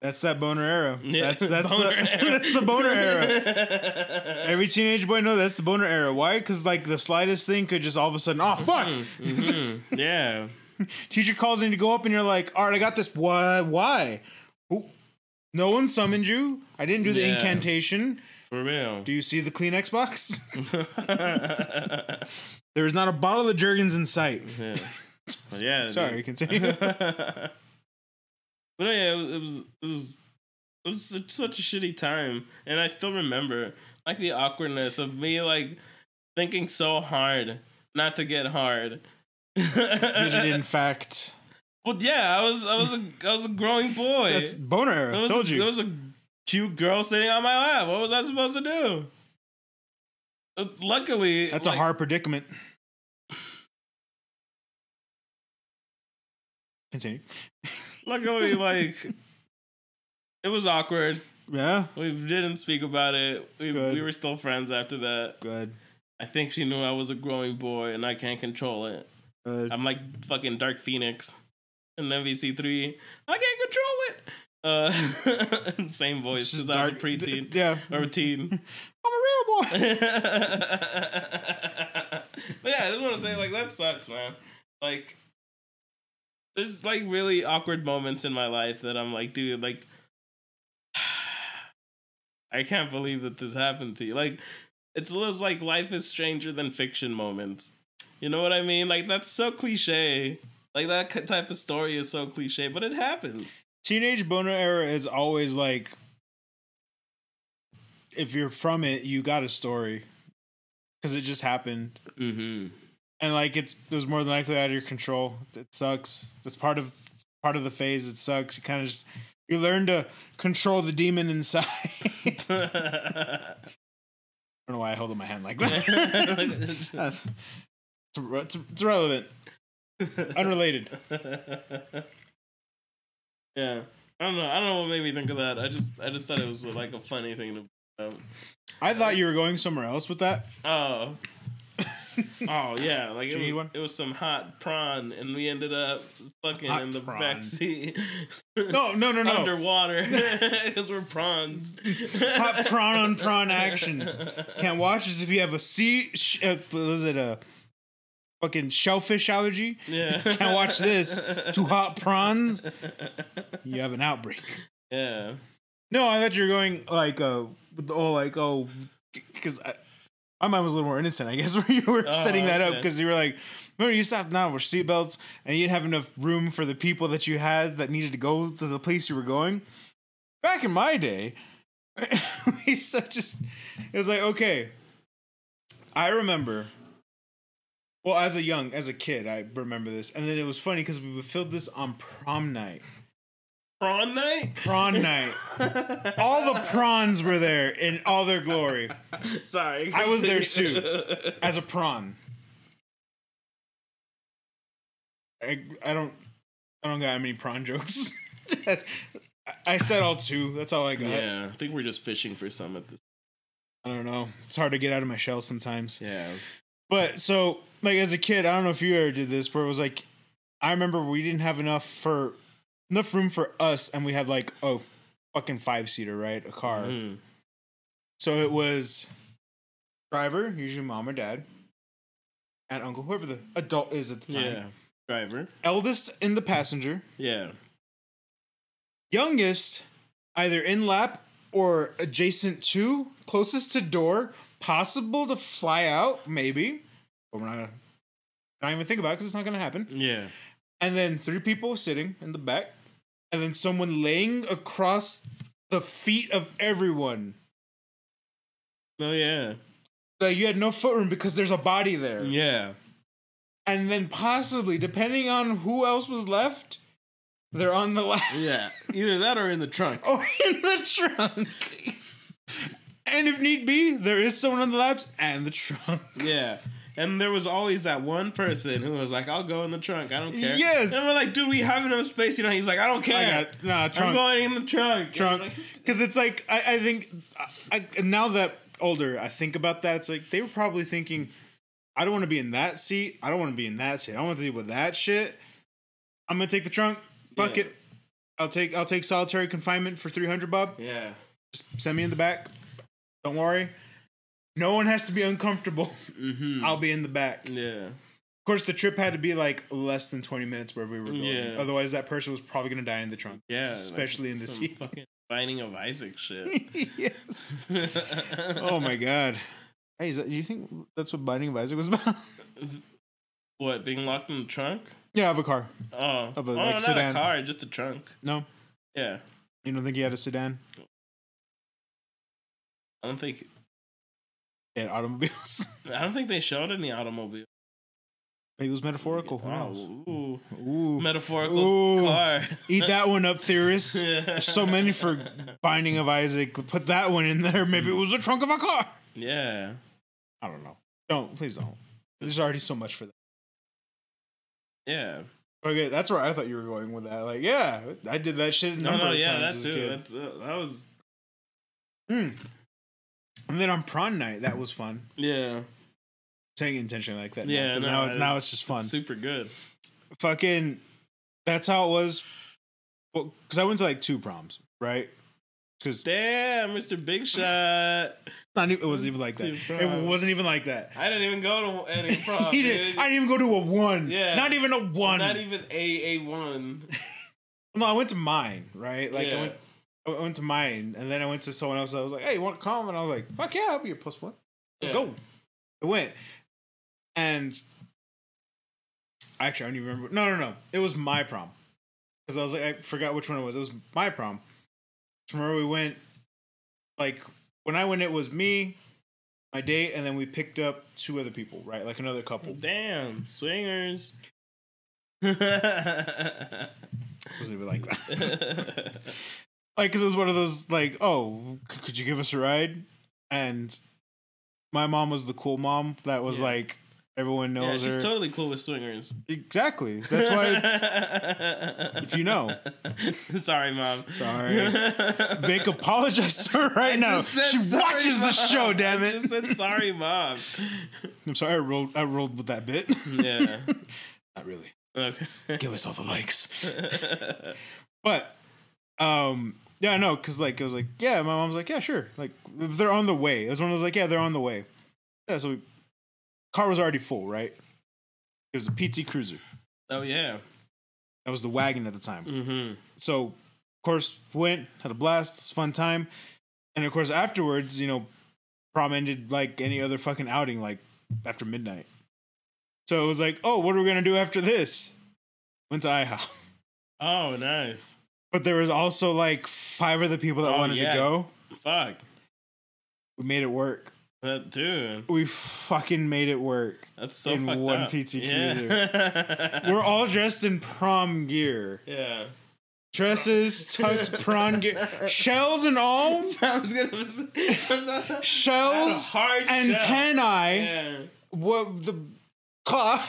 A: that's that boner era.
B: yeah.
A: That's that's
B: Boner
A: the
B: era.
A: that's the boner era.
B: era.
A: Every teenage boy knows that's the boner era. Why? Because like the slightest thing could just all of a sudden, oh fuck!
B: Mm-hmm. Yeah.
A: Teacher calls and you go up and you're like, all right, I got this. Why? Why? Who? No one summoned you. I didn't do the
B: Yeah.
A: incantation.
B: For real.
A: Do you see the Kleenex box? there is not a bottle of Jergens in sight.
B: yeah. yeah.
A: Sorry,
B: dude.
A: continue.
B: but oh, yeah, it was it was it was such- such a shitty time, and I still remember like the awkwardness of me like thinking so hard not to get hard.
A: Did it in fact?
B: Well, yeah, I was I was a I was a growing boy.
A: That's boner
B: There
A: era.
B: was
A: Told
B: a, There
A: you.
B: was a cute girl sitting on my lap. What was I supposed to do? Uh, Luckily,
A: That's a
B: like-
A: hard predicament. Continue.
B: Luckily, like it was awkward.
A: Yeah.
B: We didn't speak about it. We,
A: Good.
B: we were still friends after that.
A: Good.
B: I think she knew I was a growing boy and I can't control it.
A: Good.
B: I'm like fucking Dark Phoenix in MVC3. I can't control it. Uh, same voice
A: It's just
B: because I was a
A: dark-
B: preteen
A: d- yeah.
B: or a teen.
A: I'm a real
B: but
A: boy.
B: yeah, I just want to say like that sucks, man. Like there's like really awkward moments in my life that I'm like, dude, like I can't believe that this happened to you. Like it's those like life is stranger than fiction moments. You know what I mean? Like that's so cliche. Like that ki- type of story is so cliche, but it happens.
A: Teenage boner era is always like, if you're from it, you got a story, because it just happened,
B: Mm-hmm.
A: and like it's it was more than likely out of your control. It sucks. It's part of part of the phase. It sucks. You kind of just you learn to control the demon inside. I don't know why I held up my hand like that. That's, it's, irre- it's, it's irrelevant, unrelated.
B: yeah, I don't know. I don't know what made me think of that. I just, I just thought it was like a funny thing to. Um,
A: I thought you were going somewhere else with that.
B: oh, oh yeah, like
A: Do you need
B: it was,
A: one?
B: it was some hot prawn, and we ended up fucking
A: Hot
B: in the
A: prawn. Oh.
B: back seat
A: No, no, no, no.
B: underwater because we're prawns.
A: Hot prawn on prawn action. Can't watch this if you have a sea. Sh- uh, was it a fucking shellfish allergy?
B: Yeah,
A: Can't watch this. Too hot prawns. You have an outbreak.
B: Yeah.
A: No, I thought you were going like uh, with the whole like oh, because my mind was a little more innocent, I guess, where you were
B: Oh,
A: setting that up
B: okay.
A: because you were like, remember you stopped now with seatbelts and you didn't have enough room for the people that you had that needed to go to the place you were going. Back in my day, we so- just it was like okay, I remember. Well, as a young, as a kid, I remember this, and then it was funny because we filled this on prom night,
B: Prawn night.
A: prom night. All the prawns were there in all their glory
B: Sorry.
A: I was there too. as a prawn. I, I don't I don't got many prawn jokes. That's- I said all two. That's all I got.
B: yeah, I think we're just fishing for some at this.
A: I don't know. It's hard to get out of my shell sometimes.
B: Yeah.
A: But so like as a kid, I don't know if you ever did this, where it was like I remember we didn't have enough for enough room for us, and we had like a fucking five seater, right? A car.
B: Mm.
A: So it was driver, usually mom or dad, and uncle, whoever the adult is at the time.
B: Yeah. Driver.
A: Eldest in the passenger,
B: Yeah.
A: youngest either in lap or adjacent to, closest to door, possible to fly out, maybe. But we're not gonna not even think about it because it's not gonna happen.
B: Yeah.
A: And then three people sitting in the back, and then someone laying across the feet of everyone.
B: Oh yeah.
A: Like you had no footroom because there's a body there.
B: Yeah.
A: and then possibly, depending on who else was left, they're on the lap
B: Yeah. Either that or in the trunk.
A: or in the trunk. and if need be, there is someone on the laps and the trunk.
B: Yeah. And there was always that one person who was like, "I'll go in the trunk. I don't care."
A: Yes.
B: And we're like, "Dude, we have enough space." You know, he's like, "I don't
A: I
B: care.
A: got nah
B: I'm
A: trunk.
B: going in the trunk."
A: drunk
B: And I'm
A: because it's like I, I think I, I now that older I think about that it's like they were probably thinking I don't want to be in that seat I don't want to be in that seat I don't want to deal with that shit I'm gonna take the trunk fuck
B: Yeah.
A: it I'll take I'll take solitary confignment for three hundred Bob
B: like, yeah.
A: just send me in the back don't worry no one has to be uncomfortable
B: Mm-hmm.
A: I'll be in the back of
B: yeah.
A: course the trip had to be like less than twenty minutes wherever we were going
B: Yeah.
A: otherwise that person was probably gonna die in the trunk
B: Yeah. like,
A: especially in the
B: some
A: seat
B: Fucking finding of Isaac shit.
A: yes.
B: oh
A: oh my god. Hey, is that, do you think that's what Binding of Isaac was about?
B: What being locked in the trunk?
A: yeah, I have a car.
B: Oh,
A: Of a,
B: oh,
A: like,
B: not
A: sedan.
B: a car, just a trunk.
A: No,
B: Yeah,
A: you don't think he had a sedan?
B: I don't think
A: He had automobiles.
B: I don't think they showed any automobile.
A: Maybe it was metaphorical. Who knows?
B: Oh, ooh.
A: Ooh.
B: metaphorical
A: Ooh.
B: car.
A: Eat that one up, theorists. There's so many for Binding of Isaac. Put that one in there. Maybe it was the trunk of a car.
B: Yeah,
A: I don't know. Don't please don't. There's already so much for that.
B: yeah.
A: Okay, that's where I thought you were going with that. Like, yeah, I did that shit a
B: No,
A: number
B: no,
A: of
B: yeah,
A: times
B: that
A: as a
B: too.
A: kid.
B: That's, uh, that was
A: Mm. And then on prawn night, that was fun.
B: yeah,
A: saying it intentionally like that.
B: Yeah,
A: Yeah,
B: no,
A: now,
B: I-
A: now it's just fun.
B: super good.
A: Fucking, that's how it was. Well, because I went to like two proms, right? Because
B: Damn, Mr. Big Shot.
A: not even, it wasn't even like that.
B: Two proms.
A: It wasn't even like that.
B: I didn't even go to any prom.
A: he
B: dude.
A: didn't. I didn't even go to a one.
B: Yeah.
A: not even a one.
B: Not even a a one.
A: no, I went to mine, right? Like
B: yeah.
A: I went. I went to mine, and then I went to someone else. I was like, "Hey, you want to come?" And I was like, "Fuck yeah, I'll be your plus one. Let's
B: Yeah.
A: go." I went, and actually, I don't even remember. No, no, no. It was my prom because I was like, I forgot which one it was. It was my prom. Tomorrow we went. Like when I went, it was me, my date, and then we picked up two other people, right? Like another couple.
B: Damn, swingers. yeah.
A: It wasn't even like that. like because it was one of those like oh c- could you give us a ride and my mom was the cool mom that was
B: Yeah.
A: like everyone knows
B: she's
A: her
B: totally cool with swingers.
A: exactly that's why
B: why.
A: if you know.
B: Sorry, mom.
A: Sorry. Vic apologized to her right
B: I
A: now
B: just said
A: she
B: sorry,
A: watches the
B: Mom.
A: show damn
B: I
A: it
B: just said sorry, mom.
A: i'm sorry i rolled i rolled with that bit
B: Yeah.
A: not really
B: Okay.
A: give us all the likes but um yeah no because like it was like yeah my mom's like yeah sure like if they're on the way it was one of those like yeah they're on the way yeah so we, car was already full right it was a pt cruiser
B: oh yeah.
A: That was the wagon at the time.
B: Mm-hmm.
A: So, of course, went, had a blast, it's a fun time. And of course, afterwards, you know, prom ended like any other fucking outing, like after midnight. So it was like, oh, what are we going to do after this? Went to IHOP.
B: Oh, nice.
A: But there was also like five other people that
B: Oh,
A: wanted
B: yeah.
A: to go.
B: Fuck.
A: We made it work.
B: That dude.
A: We fucking made it work.
B: That's so
A: In
B: fucked
A: one
B: up.
A: PT
B: yeah.
A: We're all dressed in prom gear.
B: yeah.
A: Dresses, tux, prom gear, shells and all.
B: I was gonna say
A: Shells
B: hard
A: and
B: shell.
A: antennae.
B: Yeah.
A: what the claw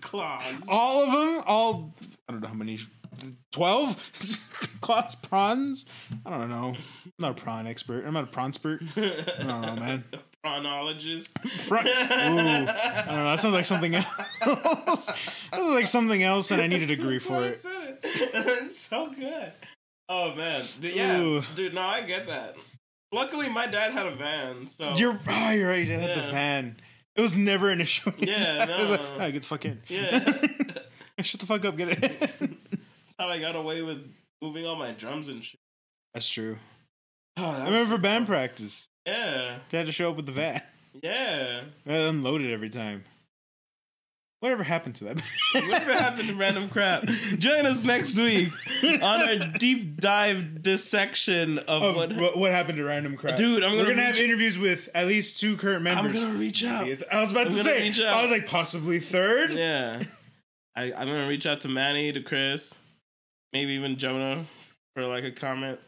B: Claws.
A: all of them all i don't know how many 12 claws prawns i don't know i'm not a prawn expert i'm not a prawn expert i don't know man
B: Chronologist.
A: Prawn- Ooh, i don't know that sounds like something else that sounds like something else and i need a degree for it
B: it's so good. Oh man, D- yeah,
A: Ooh.
B: dude. No, I get that. Luckily, my dad had a van, so
A: you're oh you're right you had
B: Yeah.
A: the van it was never an issue
B: Yeah,
A: I was like,
B: no.
A: "Ah, get the fuck in
B: yeah. That's
A: shut the fuck up get it in."
B: how I got away with moving all my drums and shit.
A: that's true
B: Oh, that
A: i
B: was-
A: remember for band practice
B: Yeah,
A: they had to show up with the van
B: yeah.
A: I unloaded every time. Whatever happened to that?
B: Whatever happened to random crap? Join us next week on our deep dive dissection of,
A: Of
B: what.
A: what, what happened to random crap?
B: Dude, I'm
A: We're
B: gonna
A: gonna have
B: reach-
A: interviews with at least two current
B: I'm
A: members.
B: gonna reach out.
A: I was about
B: I'm
A: to
B: gonna reach
A: say.
B: out.
A: I was like possibly third.
B: Yeah. I, I'm gonna reach out to Manny, to Chris, maybe even Jonah for like a comment.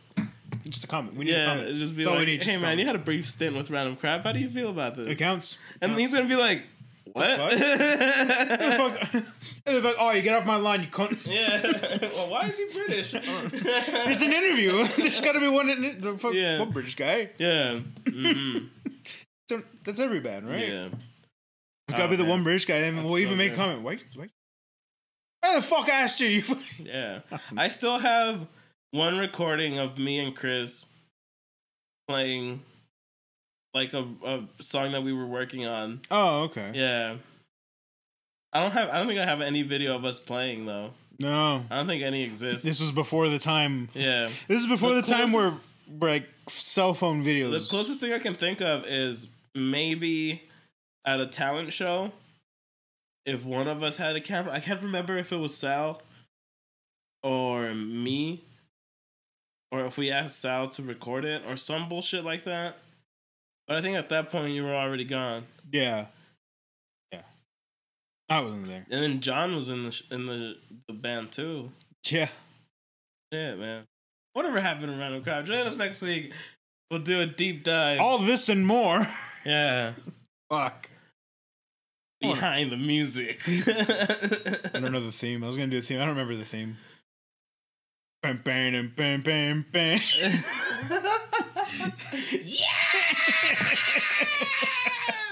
A: Just a comment. We need a
B: Yeah,
A: comment.
B: just be
A: That's all
B: like,
A: we need, just
B: hey
A: a
B: man, you had
A: comment."
B: a brief stint with random crap. How do you feel about this?
A: it counts.
B: And he's gonna be like, What?
A: Fuck. And they're like, oh, you get off my line, you cunt.
B: yeah. Well, why is he British?
A: It's an interview. There's got to be one in the fuck,
B: Yeah.
A: one British guy.
B: yeah. Mhm.
A: So that's every band, right?
B: Yeah.
A: It's got to
B: Oh,
A: be the
B: man.
A: one British guy, and
B: That's
A: we'll even
B: so
A: make
B: good.
A: a comment. Why? Why? How the fuck asked you? you
B: Yeah. I still have one recording of me and Chris playing like a, a song that we were working on.
A: oh, okay.
B: Yeah. I don't have I don't think I have any video of us playing though.
A: No,
B: I don't think any exists.
A: this was before the time.
B: yeah.
A: This is before
B: The
A: the, time where,
B: closest-
A: where, like cell phone
B: The
A: videos.
B: closest thing I can think of is maybe at a talent show if one of us had a camera. I can't remember if it was Sal or me or if we asked Sal to record it or some bullshit like that. But I think at that point you were already gone.
A: yeah, yeah. I wasn't there.
B: And then John was in the sh- in the, the band too.
A: Yeah.
B: Yeah, man. Whatever happened to Random Crowd? Join us next week. We'll do a deep dive.
A: All this and more.
B: yeah.
A: Fuck. Come on.
B: Behind the music.
A: I don't know the theme. I was gonna do a theme. I don't remember the theme. Bam, bam, bam, bam, bam.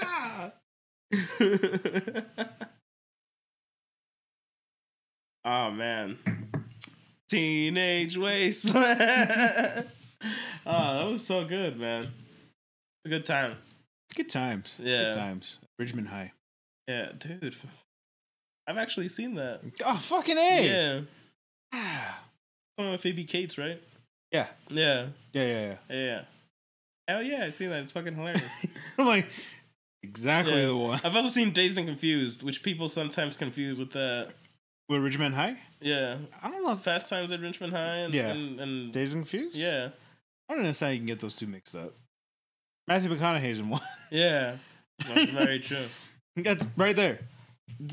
B: yeah! oh man. Teenage wasteland. oh, that was so good, man. A good time.
A: Good times.
B: Yeah.
A: Good times. Richmond High.
B: Yeah, dude. I've actually seen that.
A: Oh fucking a. Ah.
B: Yeah.
A: Yeah.
B: Oh, if it be Kate's, right?
A: Yeah.
B: Yeah.
A: Yeah. Yeah. yeah.
B: Yeah. Hell yeah, I've seen that. It's fucking hilarious.
A: I'm like exactly
B: Yeah.
A: the one.
B: I've also seen Dazed and Confused, which people sometimes confuse with that.
A: With Richmond High.
B: Yeah.
A: I don't know. if
B: Fast Times at Richmond High and.
A: Yeah.
B: And, and-
A: Days and Confused.
B: yeah.
A: I don't understand how you can get those two mixed up. Matthew McConaughey's in one.
B: Yeah. That's very true.
A: That's right there.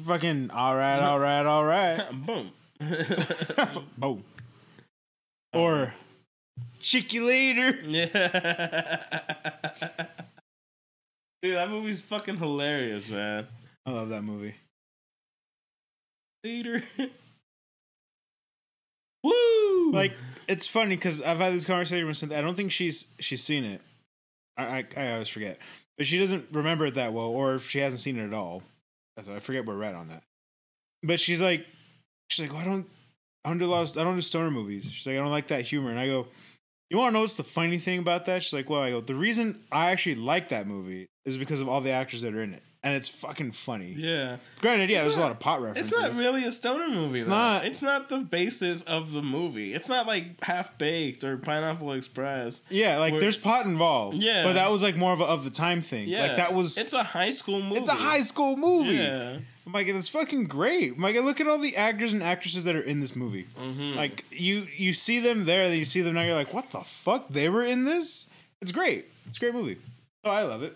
A: Fucking all right, all right, all right.
B: Boom.
A: Boom. Or chick you later.
B: yeah. Dude, that movie's fucking hilarious, man.
A: I love that movie.
B: Later. Woo!
A: Like it's funny because I've had this conversation with Cynthia. I don't think she's she's seen it. I, I I always forget, but she doesn't remember it that well, or she hasn't seen it at all. That's I forget where we're at on that. But she's like, she's like, well, I don't, I don't do a lot of, I don't do stoner movies. She's like, I don't like that humor, and I go, you want to know what's the funny thing about that? She's like, well, I go, the reason I actually like that movie is because of all the actors that are in it, and it's fucking funny.
B: yeah.
A: Granted, yeah,
B: It's
A: there's
B: not-
A: a lot of pot references.
B: It's not really a stoner movie. though.
A: not.
B: It's not the basis of the movie. It's not like Half Baked or Pineapple Express.
A: Yeah, like
B: Where-
A: there's pot involved.
B: Yeah.
A: but that was like more of a of the time thing.
B: Yeah,
A: like that was. It's,
B: It's a high school movie.
A: a high school movie.
B: Yeah.
A: I'm like, it's fucking great. I'm like, look at all the actors and actresses that are in this movie.
B: Mhm.
A: Like you, you see them there, then you see them now. You're like, what the fuck? They were in this. It's great. It's a great movie. Oh, I love it.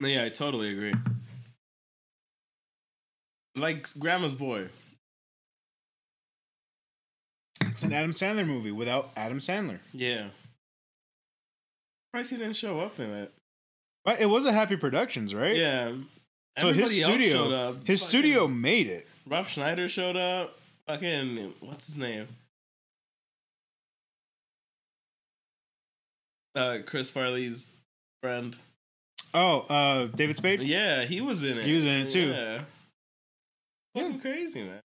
B: yeah, I totally agree. Like Grandma's Boy.
A: It's an Adam Sandler movie without Adam Sandler.
B: Yeah. Surprised he didn't show up in it.
A: But it was a Happy Productions, right?
B: Yeah.
A: So his
B: Everybody else showed
A: studio,
B: up.
A: his
B: Fucking
A: studio made it.
B: Rob Schneider showed up. Fucking what's his name? Uh, Chris Farley's friend.
A: Oh, uh, David Spade.
B: Yeah, he was in it.
A: He was in it, too.
B: Yeah. Fucking crazy, man.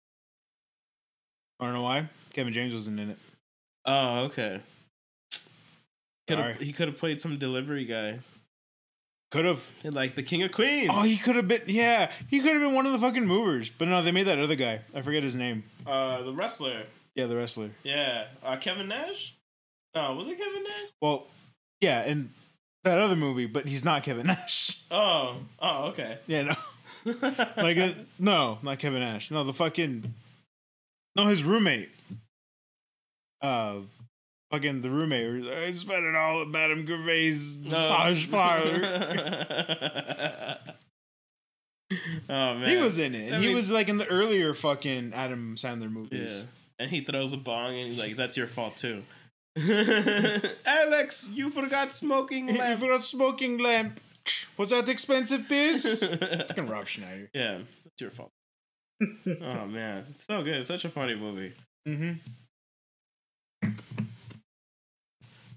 A: I don't know why Kevin James wasn't in it.
B: Oh, okay. Could have
A: Sorry.
B: he could have played some delivery guy,
A: Could have.
B: like the King of Queens.
A: Oh, he could have been. Yeah, he could have been one of the fucking movers. But no, they made that other guy. I forget his name.
B: Uh, the wrestler.
A: Yeah, the wrestler.
B: Yeah, uh, Kevin Nash. No, was it Kevin Nash?
A: Well, yeah, and that other movie, but he's not Kevin Nash.
B: Oh, oh, okay.
A: yeah, no, like uh, no, not Kevin Nash. No, the fucking no, his roommate. Uh, fucking the roommate. I spent it all at Madame Gervais' massage parlor.
B: oh man,
A: He was in it.
B: That
A: and he
B: means-
A: was like in the earlier fucking Adam Sandler
B: Yeah.
A: movies.
B: And he throws a bong and he's like, that's your fault too. Alex, you forgot smoking
A: If
B: lamp.
A: you're not smoking lamp. Was that expensive, biz? Fucking Rob Schneider.
B: yeah, it's your fault. oh man, it's so good. It's such a funny movie.
A: Mm-hmm.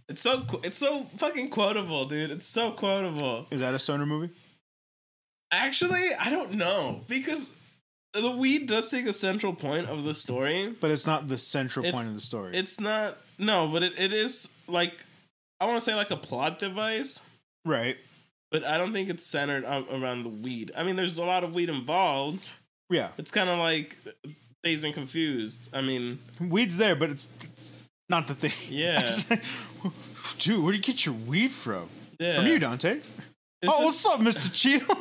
B: It's so qu- it's so fucking quotable, dude. It's so quotable.
A: Is that a stoner movie?
B: Actually, I don't know because the weed does take a central point of the story.
A: But it's not the central
B: It's-
A: point of the story.
B: It's not no, but it, it is like I want to say like a plot device,
A: right.
B: but I don't think it's centered a- around the weed. I mean, there's a lot of weed involved.
A: Yeah.
B: It's kind of like Dazed and Confused. I mean,
A: Weed's there, but it's it's not the thing.
B: Yeah.
A: I was like, Dude, where do you get your weed from?
B: yeah.
A: From you, Dante.
B: It's
A: oh,
B: just-
A: what's up, Mr. Cheadle?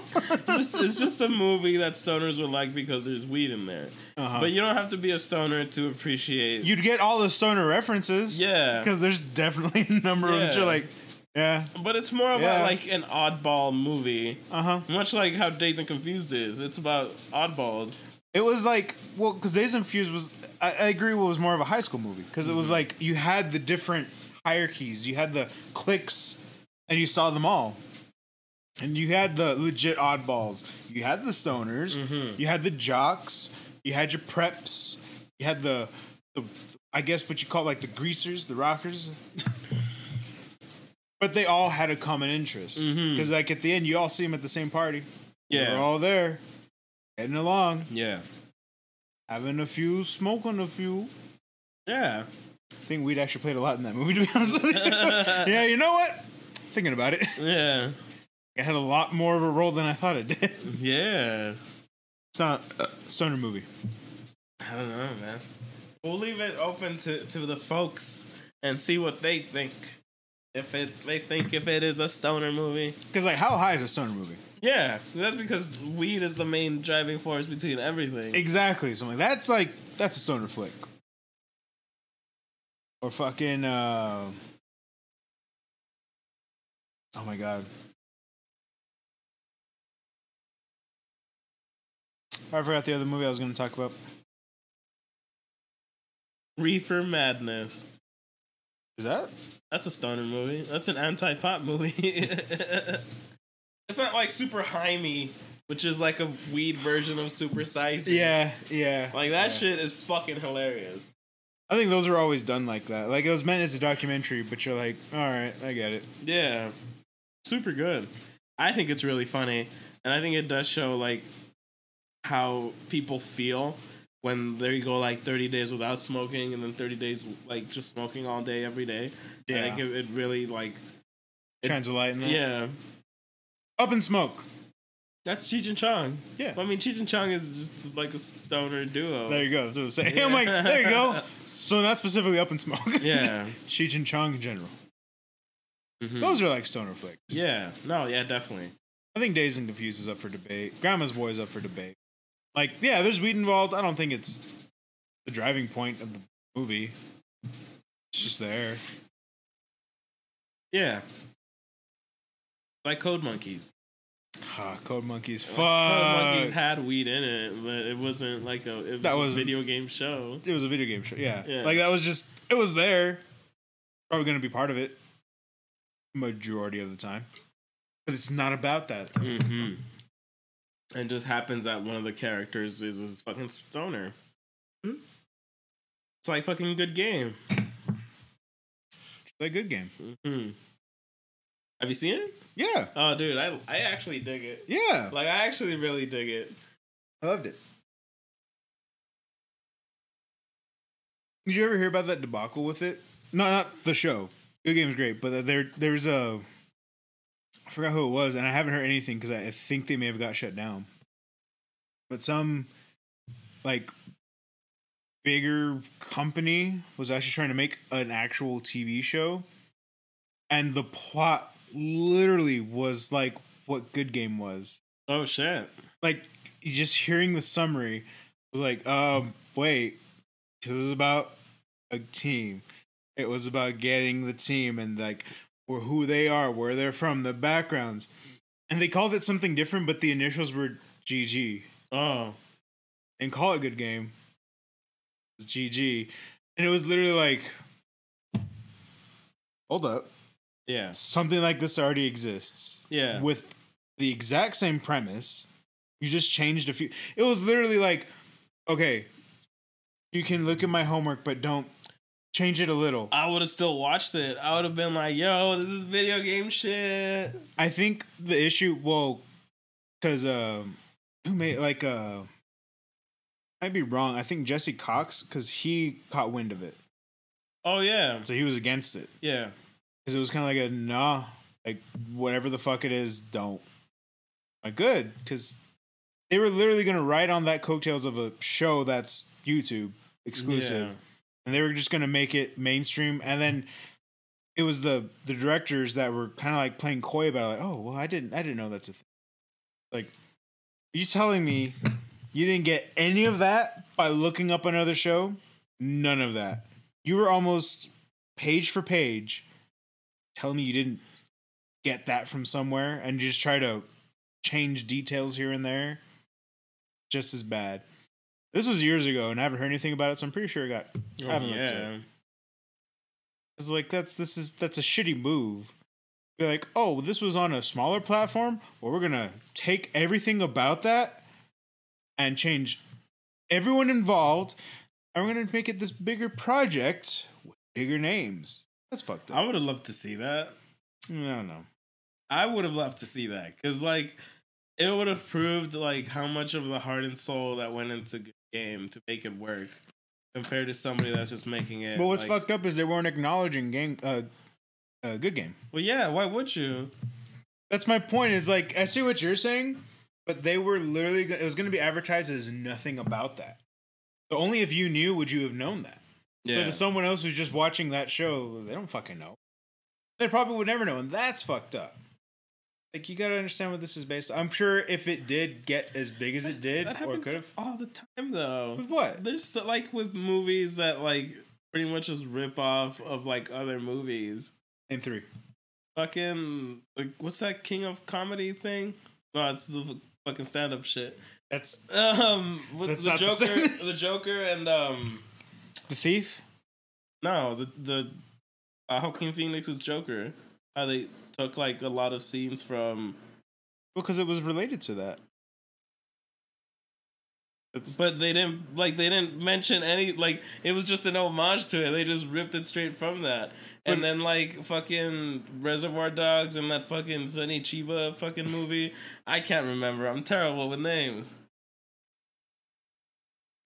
B: just, it's just a movie that stoners would like because there's weed in there.
A: Uh-huh.
B: But you don't have to be a stoner to appreciate.
A: You'd get all the stoner references.
B: yeah,
A: Because there's definitely a number of them that you're
B: Yeah.
A: like, yeah,
B: but it's more about
A: Yeah.
B: like an oddball movie,
A: uh huh.
B: much like how Dazed and Confused is. It's about oddballs.
A: It was like, well, because Days and Fuse was, I, I agree, was more of a high school movie. Because it was like, you had the different hierarchies, you had the cliques, and you saw them all. And you had the legit oddballs, you had the stoners, you had the jocks, you had your preps, you had the, the I guess what you call like the greasers, the rockers. but they all had a common interest. Because, like, at the end, you all see them at the same party. They
B: Yeah,
A: were all there, getting along
B: yeah,
A: having a few, smoking a few.
B: yeah.
A: I think weed actually played a lot in that movie, to be honest with you. yeah, you know what? Thinking about it,
B: Yeah,
A: it had a lot more of a role than I thought it did.
B: yeah.
A: It's not a stoner movie.
B: I don't know, man. We'll leave it open to, to the folks and see what they think. If it they think if it is a stoner movie,
A: Because, like, how high is a stoner movie?
B: yeah, that's because weed is the main driving force between everything.
A: Exactly. So, I'm like, that's like, that's a stoner flick. Or fucking, uh. Oh my god. I forgot the other movie I was going to talk about.
B: Reefer Madness.
A: Is that?
B: That's a stoner movie. That's an anti-pop movie. it's not like Super Jaime, which is like a weed version of Super Size. Me.
A: Yeah, yeah.
B: Like that
A: yeah.
B: shit is fucking hilarious.
A: I think those are always done like that. Like it was meant as a documentary, but you're like, all right, I get it.
B: Yeah. Super good. I think it's really funny. And I think it does show like how people feel when they go like 30 days without smoking and then 30 days like just smoking all day every day. I think it, it really like
A: Shines a light in that.
B: yeah.
A: Up in smoke.
B: That's Cheech and Chong.
A: Yeah.
B: I mean, Cheech and Chong is just like a stoner duo.
A: There you go. That's what I'm saying.
B: Yeah.
A: I'm like, there you go. So not specifically up in smoke.
B: yeah.
A: Cheech and Chong in general.
B: Mhm.
A: Those are like stoner flicks.
B: Yeah. No, yeah, definitely.
A: I think Days and Confused is up for debate. Grandma's Boy is up for debate. Like, yeah, there's weed involved. I don't think it's the driving point of the movie. It's just there.
B: Yeah. Like Code Monkeys.
A: Ah, Code Monkeys. Fuck.
B: Code Monkeys had weed in it, but it wasn't like a, it was
A: That
B: a
A: wasn't-
B: video game show.
A: it was a video game show. Yeah.
B: Yeah.
A: Like that was just it was there. Probably gonna be part of it. Majority of the time. But it's not about that. though.
B: Mm-hmm. And just happens that one of the characters is a fucking stoner. Hmm? It's like fucking good game.
A: That good game.
B: hmm Have you seen it?
A: Yeah.
B: Oh, dude, I I actually dig it.
A: Yeah.
B: Like I actually really dig it.
A: I loved it. Did you ever hear about that debacle with it? No, not the show. Good game's great, but there there was a I forgot who it was, and I haven't heard anything because I, I think they may have got shut down. But some like bigger company was actually trying to make an actual TV show, and the plot literally was like what Good Game was
B: Oh shit.
A: like just hearing the summary was like um wait 'cause it was about a team it was about getting the team and like wh- who they are where they're from the backgrounds and they called it something different but the initials were gg
B: Oh.
A: and call it good game it's gg and it was literally like hold up
B: Yeah.
A: something like this already exists
B: Yeah.
A: with the exact same premise. You just changed a few. It was literally like, okay, you can look at my homework, but don't change it a little.
B: I would have still watched it. I would have been like, yo, this is video game shit.
A: I think the issue, well, because um, who made like uh, I'd be wrong. I think Jesse Cox because he caught wind of it,
B: Oh, yeah.
A: so he was against it
B: Yeah.
A: because it was kind of like a nah, like whatever the fuck it is, don't. Like good because they were literally gonna ride on that coattails of a show that's YouTube exclusive.
B: Yeah.
A: and they were just going to make it mainstream and then it was the the directors that were kind of like playing coy about it, like oh well i didn't i didn't know that's a thing like you telling me you didn't get any of that by looking up another show none of that you were almost page for page telling me you didn't get that from somewhere and you just try to change details here and there just as bad this was years ago and i haven't heard anything about it so i'm pretty sure it got
B: Oh,
A: haven't looked at
B: yeah.
A: it's like that's this is that's a shitty move. Be like, oh, this was on a smaller platform. Well, we're gonna take everything about that and change everyone involved, and we're gonna make it this bigger project with bigger names. That's fucked
B: I
A: up.
B: would have loved to see that.
A: I don't know.
B: I would have loved to see that because like it would have proved like how much of the heart and soul that went into the game to make it work compared to somebody that's just making it.
A: But what's
B: like,
A: fucked up is they weren't acknowledging game, uh, uh, good game.
B: Well, yeah. Why would you?
A: That's my point. Is like I see what you're saying, but they were literally go- it was gonna be advertised as nothing about that. So only if you knew would you have known that. So
B: Yeah.
A: to someone else who's just watching that show, they don't fucking know. They probably would never know, and that's fucked up. Like you gotta understand what this is based. on. I'm sure if it did get as big as it did,
B: that
A: or
B: happens
A: could have.
B: all the time though.
A: With what?
B: There's so- like with movies that like pretty much just rip off of like other movies.
A: In three.
B: Fucking like what's that King of Comedy thing? No, it's the fucking stand up shit.
A: That's
B: Um, with
A: That's
B: the
A: not the
B: Joker,
A: same.
B: the Joker, and um.
A: the thief.
B: No, the the uh, Joaquin Phoenix's Joker. How they took like a lot of scenes from,
A: Because it was related to that. That's
B: but they didn't like they didn't mention any like it was just an homage to it. They just ripped it straight from that. And
A: But-
B: then like fucking Reservoir Dogs and that fucking Sonny Chiba fucking movie. I can't remember. I'm terrible with names.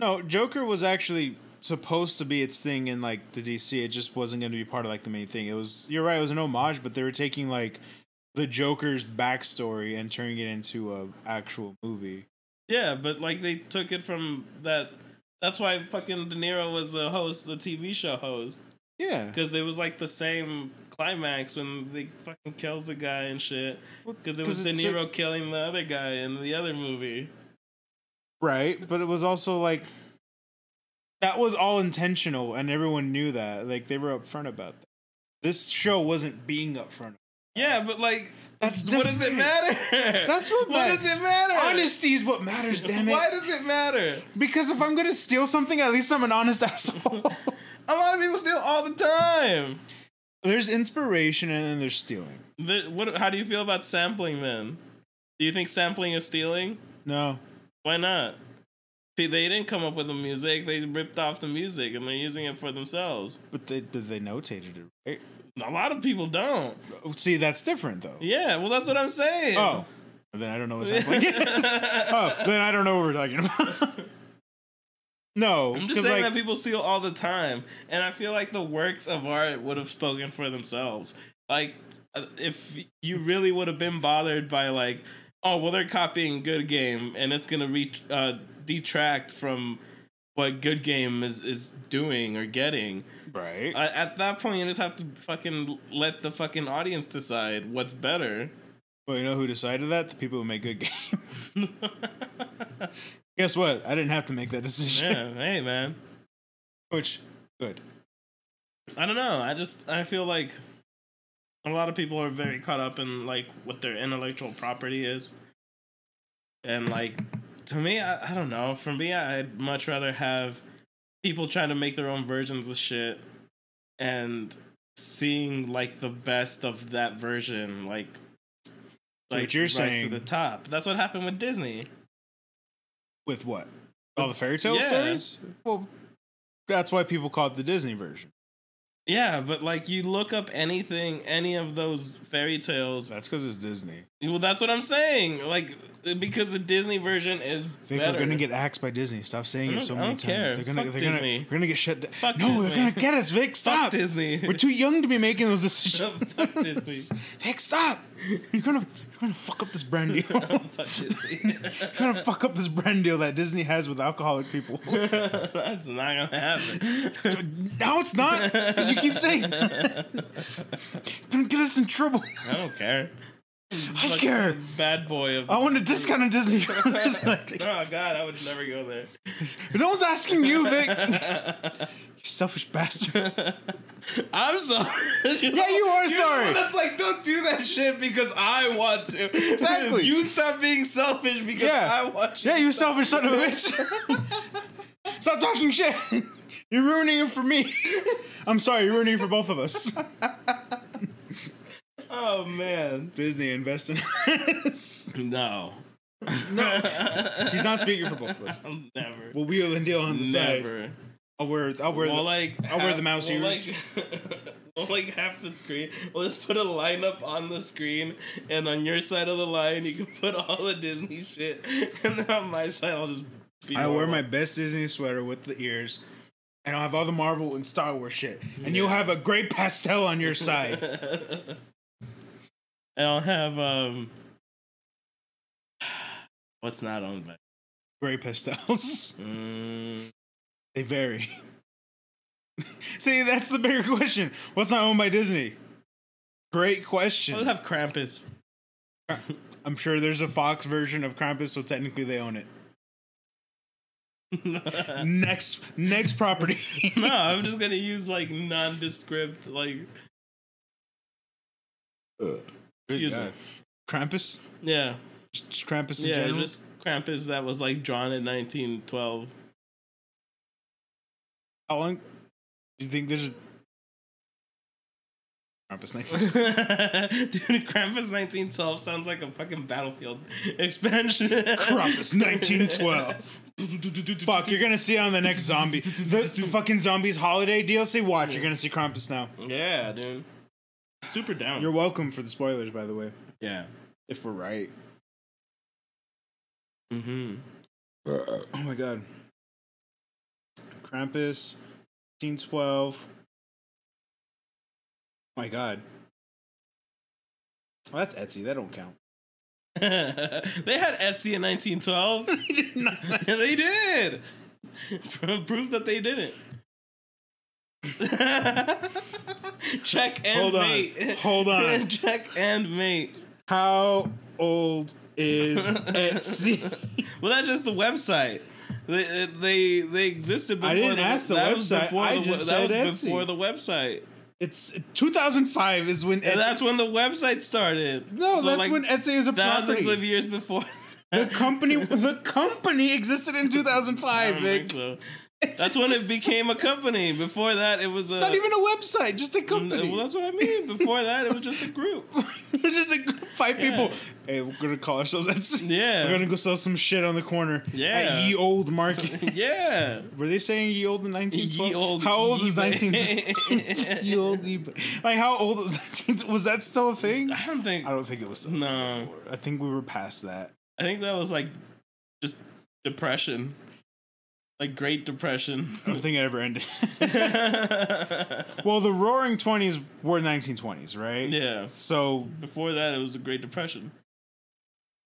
A: no Joker was actually supposed to be its thing in like the DC. It just wasn't going to be part of like the main thing. It was you're right. It was an homage, but they were taking like the Joker's backstory and turning it into a actual movie.
B: Yeah, but like they took it from that. That's why fucking De Niro was the host, the TV show host.
A: Yeah.
B: Because it was like the same climax when they fucking kills the guy and shit. Because it was De
A: it's a-
B: Niro killing the other guy in the other movie.
A: right, but it was also like that was all intentional, and everyone knew that. Like they were upfront about that. This show wasn't being upfront.
B: Yeah, but like,
A: That's
B: what does it
A: different.
B: matter?
A: That's what
B: What
A: matters.
B: does it matter?
A: Honesty is what matters, damn it.
B: Why does it matter?
A: Because if I'm gonna steal something, at least I'm an honest asshole.
B: A lot of people steal all the time.
A: there's inspiration, and then there's stealing.
B: The, what? How do you feel about sampling then? Do you think sampling is stealing?
A: No,
B: Why not? See, They didn't come up with the music. They ripped off the music and they're using it for themselves.
A: but they but they notated it.
B: A lot of people don't.
A: Right? Oh, See, that's different though.
B: Yeah, well, that's what I'm saying.
A: Oh, then I don't know what's happening. oh, then I don't know what we're talking about. no,
B: I'm just
A: 'cause,
B: saying
A: like,
B: that people steal all the time, and I feel like the works of art would have spoken for themselves. Like, uh, if you really would have been bothered by like, oh well, they're copying Good Game, and it's gonna re- uh, detract from what Good Game is is doing or getting.
A: right.
B: I, at that point, you just have to fucking let the fucking audience decide what's better.
A: Well, you know who decided that? The people who make good game. Guess what? I didn't have to make that decision.
B: yeah, hey man.
A: Which, good.
B: I don't know. I just I feel like a lot of people are very caught up in like what their intellectual property is, and like to me, I, I don't know. For me, I'd much rather have people trying to make their own versions of shit and seeing like the best of that version, like
A: what you're
B: rise
A: saying.
B: to the top. That's what happened with Disney.
A: With what? All the fairy tale
B: Yeah.
A: stories? Well, that's why people call it the Disney version.
B: Yeah, but like you look up anything, any of those fairy tales.
A: That's because it's Disney.
B: Well, that's what I'm saying. Like because the Disney version is
A: I think
B: better.
A: we're gonna get axed by Disney. Stop saying
B: I
A: it so
B: don't- I
A: many
B: don't
A: times.
B: care.
A: They're gonna,
B: Fuck
A: they're gonna,
B: Disney.
A: we're gonna get shut down.
B: Fuck
A: no,
B: Disney.
A: they're gonna get us, Vic.
B: Fuck
A: Stop.
B: Disney.
A: We're too young to be making those decisions.
B: Fuck Disney.
A: Vic, stop. You're gonna, you're gonna fuck up this brand deal. you're
B: Fuck Disney.
A: gonna fuck up this brand deal that Disney has with alcoholic people.
B: that's not gonna happen.
A: No, it's not because you keep saying. gonna get us in trouble.
B: I don't care.
A: I
B: Fuck
A: care.
B: Bad boy of.
A: I want a discount on Disney.
B: Oh God, I would never go there.
A: no one's asking you, Vic. you selfish bastard.
B: I'm sorry.
A: Yeah, you are
B: You're the
A: sorry.
B: one That's like, don't do that shit because I want to.
A: Exactly.
B: You stop being selfish because
A: Yeah.
B: I want you.
A: Yeah, you selfish son of a bitch. Stop talking shit. You're ruining it for me. I'm sorry, you're ruining it for both of us.
B: Oh man.
A: Disney invest in us.
B: No.
A: He's not speaking for both of us.
B: Never.
A: We'll wheel and deal on the side.
B: Never.
A: I'll wear. I'll wear.
B: Well,
A: the,
B: like
A: I'll wear the mouse
B: well,
A: ears.
B: Like, well, like half the screen. We'll just put a line up on the screen, and on your side of the line, you can put all the Disney shit, and then on my side, I'll just. Be
A: I wear
B: normal.
A: my best Disney sweater with the ears, and I'll have all the Marvel and Star Wars shit, and you'll have a great pastel on your side.
B: and I'll have um what's not on back.
A: Gray pastels.
B: Mm,
A: They vary. See, that's the bigger question. What's not owned by Disney? Great
B: I'll
A: question.
B: have Krampus.
A: I'm sure there's a Fox version of Krampus, so technically they own it.
B: no,
A: Next, next property.
B: I'm just gonna use like nondescript like Excuse me.
A: God. Krampus,
B: yeah.
A: just just Krampus in
B: yeah,
A: general.
B: just Krampus that was like drawn in nineteen twelve.
A: How long do you think there's a Krampus next?
B: Dude, Krampus nineteen twelve sounds like a fucking battlefield expansion.
A: Krampus 1912. Fuck, you're gonna see on the next zombie, the, the fucking zombies holiday DLC. Watch, you're gonna see Krampus now.
B: Yeah, dude. Super down.
A: You're welcome for the spoilers, by the way,
B: yeah.
A: if we're right.
B: Mm-hmm.
A: Oh my god. Krampus, 1912. My god. Well, that's Etsy. That don't count.
B: they had Etsy in 1912. they did. Pro- Proof that they didn't. Check and
A: Hold on.
B: mate.
A: Hold on.
B: Check and mate.
A: How old is Etsy?
B: Well, that's just the website. They they, they existed before.
A: I didn't
B: the,
A: ask the
B: that was
A: website.
B: before
A: I
B: the,
A: just
B: that
A: said
B: was
A: Etsy.
B: before the website.
A: It's 2005 is when
B: And
A: Etsy.
B: that's when the website started.
A: no,
B: So,
A: that's
B: like,
A: when Etsy is a
B: thousands
A: property.
B: of years before.
A: the company, the company existed in 2005,
B: don't think
A: Vic.
B: so. That's when it became a company. Before that, it was a um,
A: Not even a website, just a company.
B: Well, that's what I mean. Before that, it was just a group.
A: it's just like five
B: Yeah.
A: people. Hey, we're gonna call ourselves Etsy.
B: Yeah.
A: we're gonna go sell some shit on the corner.
B: Yeah.
A: at ye old market.
B: Yeah.
A: Were they saying ye old in nineteen twelve?
B: Ye old
A: How old is nineteen?
B: eBay.
A: ye old eBay. Like how old was nineteen? Was that still a thing?
B: I don't think.
A: I don't think it was. Still a thing
B: no,
A: anymore. I think we were past that.
B: I think that was like just depression, like Great Depression.
A: I don't think it ever ended.
B: yeah.
A: well, the Roaring Twenties were nineteen twenties, right? So
B: Before that, it was the Great Depression,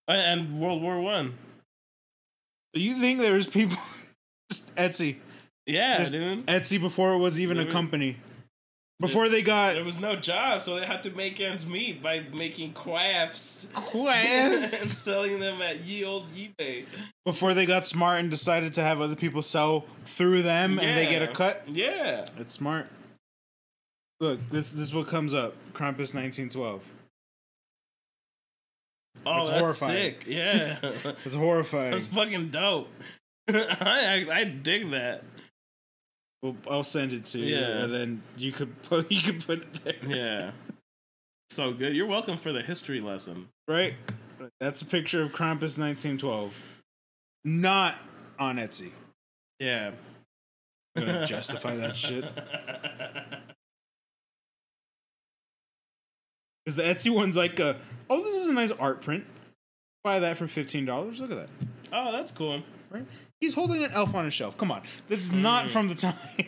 B: and, and World War One.
A: do you think there's people? Just Etsy,
B: Yeah,
A: There's-
B: dude.
A: Etsy before it was even a
B: Maybe-
A: company. Before they got
B: There was no job, so they had to make ends meet by making crafts and
A: Quest.
B: selling them at ye old eBay.
A: Before they got smart and decided to have other people sell through them and they get a
B: Yeah.
A: cut.
B: Yeah.
A: That's smart. Look, this this is what comes up. Krampus 1912.
B: Oh,
A: That's
B: that's
A: horrifying.
B: sick. Yeah.
A: It's horrifying.
B: that's fucking dope. I, I I dig that.
A: Well, I'll send it to you,
B: Yeah.
A: and then you could put you could put it there.
B: Yeah. So good. You're welcome for the history lesson.
A: Right? That's a picture of Krampus 1912. Not on Etsy.
B: Yeah.
A: Gonna justify that shit. Because the Etsy one's like, a, oh, this is a nice art print. Buy that for $15. Look at that.
B: Oh, that's cool.
A: Right? He's holding an elf on his shelf. Come on. This is not from the time.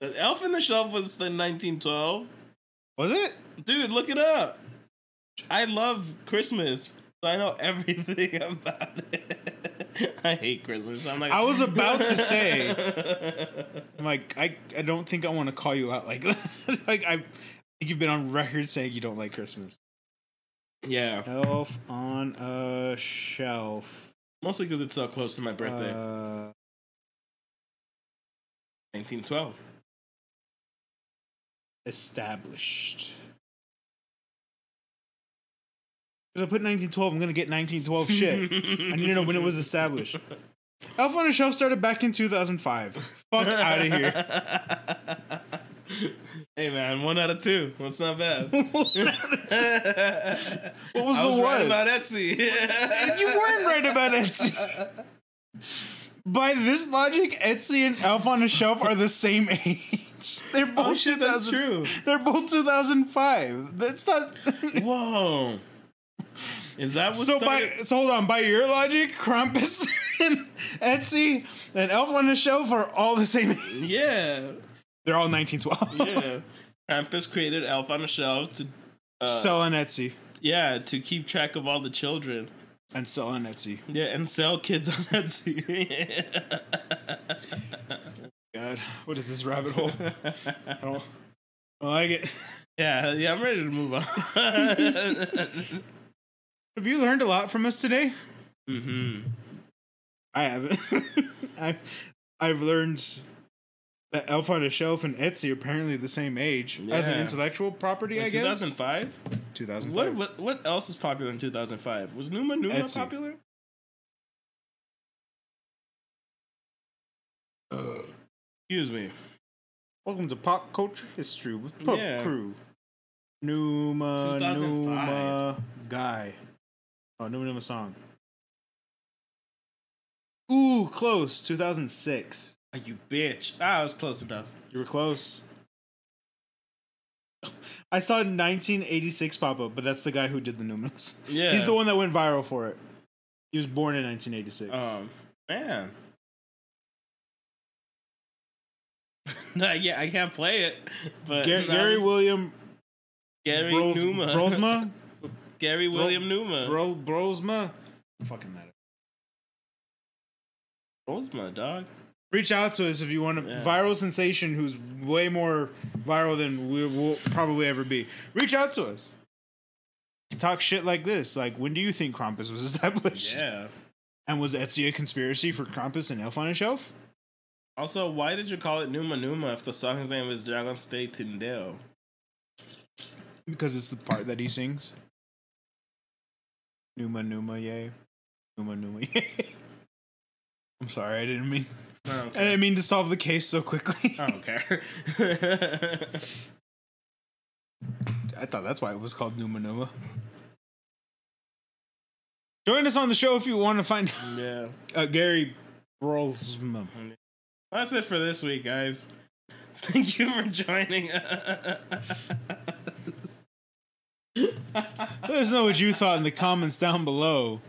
B: The Elf in the Shelf was in 1912.
A: Was it?
B: Dude, look it up. I love Christmas. So I know everything about it. I hate Christmas. I'm like
A: I was about to say.
B: say.
A: I'm like, I, I don't think I want to call you out like that. like, I think you've been on record saying you don't like Christmas.
B: yeah.
A: Elf on a shelf.
B: Mostly because it's so close to my birthday.
A: Uh,
B: 1912.
A: established. Because I put 1912, I'm going to get 1912 shit. I need to know when it was established. Elf on a Shelf started back in 2005. Fuck out of here.
B: here. Hey man, one out of two. That's not bad.
A: What
B: what
A: was
B: I
A: the
B: was right
A: one?
B: about Etsy?
A: you weren't right about Etsy. By this logic, Etsy and Elf on a Shelf are the same age. They're both
B: Oh shit, that's
A: 2000
B: true.
A: They're both 2005. That's not.
B: Whoa. Is that what
A: so by so hold on. By your logic, Krampus and Etsy and Elf on the Shelf are all the same. age.
B: Yeah.
A: They're all 1912.
B: Yeah. Krampus created Elf on a Shelf to uh,
A: sell on Etsy
B: yeah, to keep track of all the children.
A: and sell on Etsy.
B: Yeah, and sell kids on Etsy.
A: God, what is this rabbit hole? I don't, I don't like it.
B: yeah, yeah, I'm ready to move on.
A: Have you learned a lot from us today?
B: hmm
A: I haven't. I I've learned that Elf on a Shelf and Etsy are apparently the same age as an
B: Yeah.
A: intellectual property. I guess
B: 2005?
A: 2005.
B: What, what what else was popular in 2005? Was Numa Numa
A: Etsy.
B: popular?
A: Uh,
B: Excuse me.
A: Welcome to Pop Culture History with Pub
B: Yeah.
A: Crew. Numa
B: 2005.
A: Numa guy. Oh, Numa Numa song. Ooh, close. 2006.
B: Are you bitch? Ah, I was close enough.
A: You were close. I saw 1986 pop up, but that's the guy who did the Numas.
B: Yeah.
A: He's the one that went viral for it. He was born in 1986.
B: Um, man. no, yeah, I can't play it. But
A: Gar-
B: no,
A: Gary
B: this-
A: William
B: Gary
A: Bros-
B: Numa,
A: Brosma?
B: Gary
A: Bro-
B: William Numa,
A: Bro- Brosma? Fucking that.
B: Brosma, dog.
A: Reach out to us if you want a
B: Yeah.
A: viral sensation who's way more viral than we will probably ever be. Reach out to us. Talk shit like this. Like, when do you think Krampus was established?
B: Yeah.
A: And was Etsy a conspiracy for Krampus and Elf on a Shelf?
B: Also, why did you call it Numa Numa if the song's name is Dragon Stay Tindale?
A: Because it's the part that he sings. Numa Numa yay. Numa Numa yay. I'm sorry, I didn't mean
B: I don't
A: I didn't mean to solve the case so quickly.
B: I don't care.
A: I thought that's why it was called Numa Numa. Join us on the show if you want to find out.
B: yeah.
A: Uh, Gary Brolsma.
B: That's it for this week, guys. Thank you for joining us.
A: Let us know what you thought in the comments down below.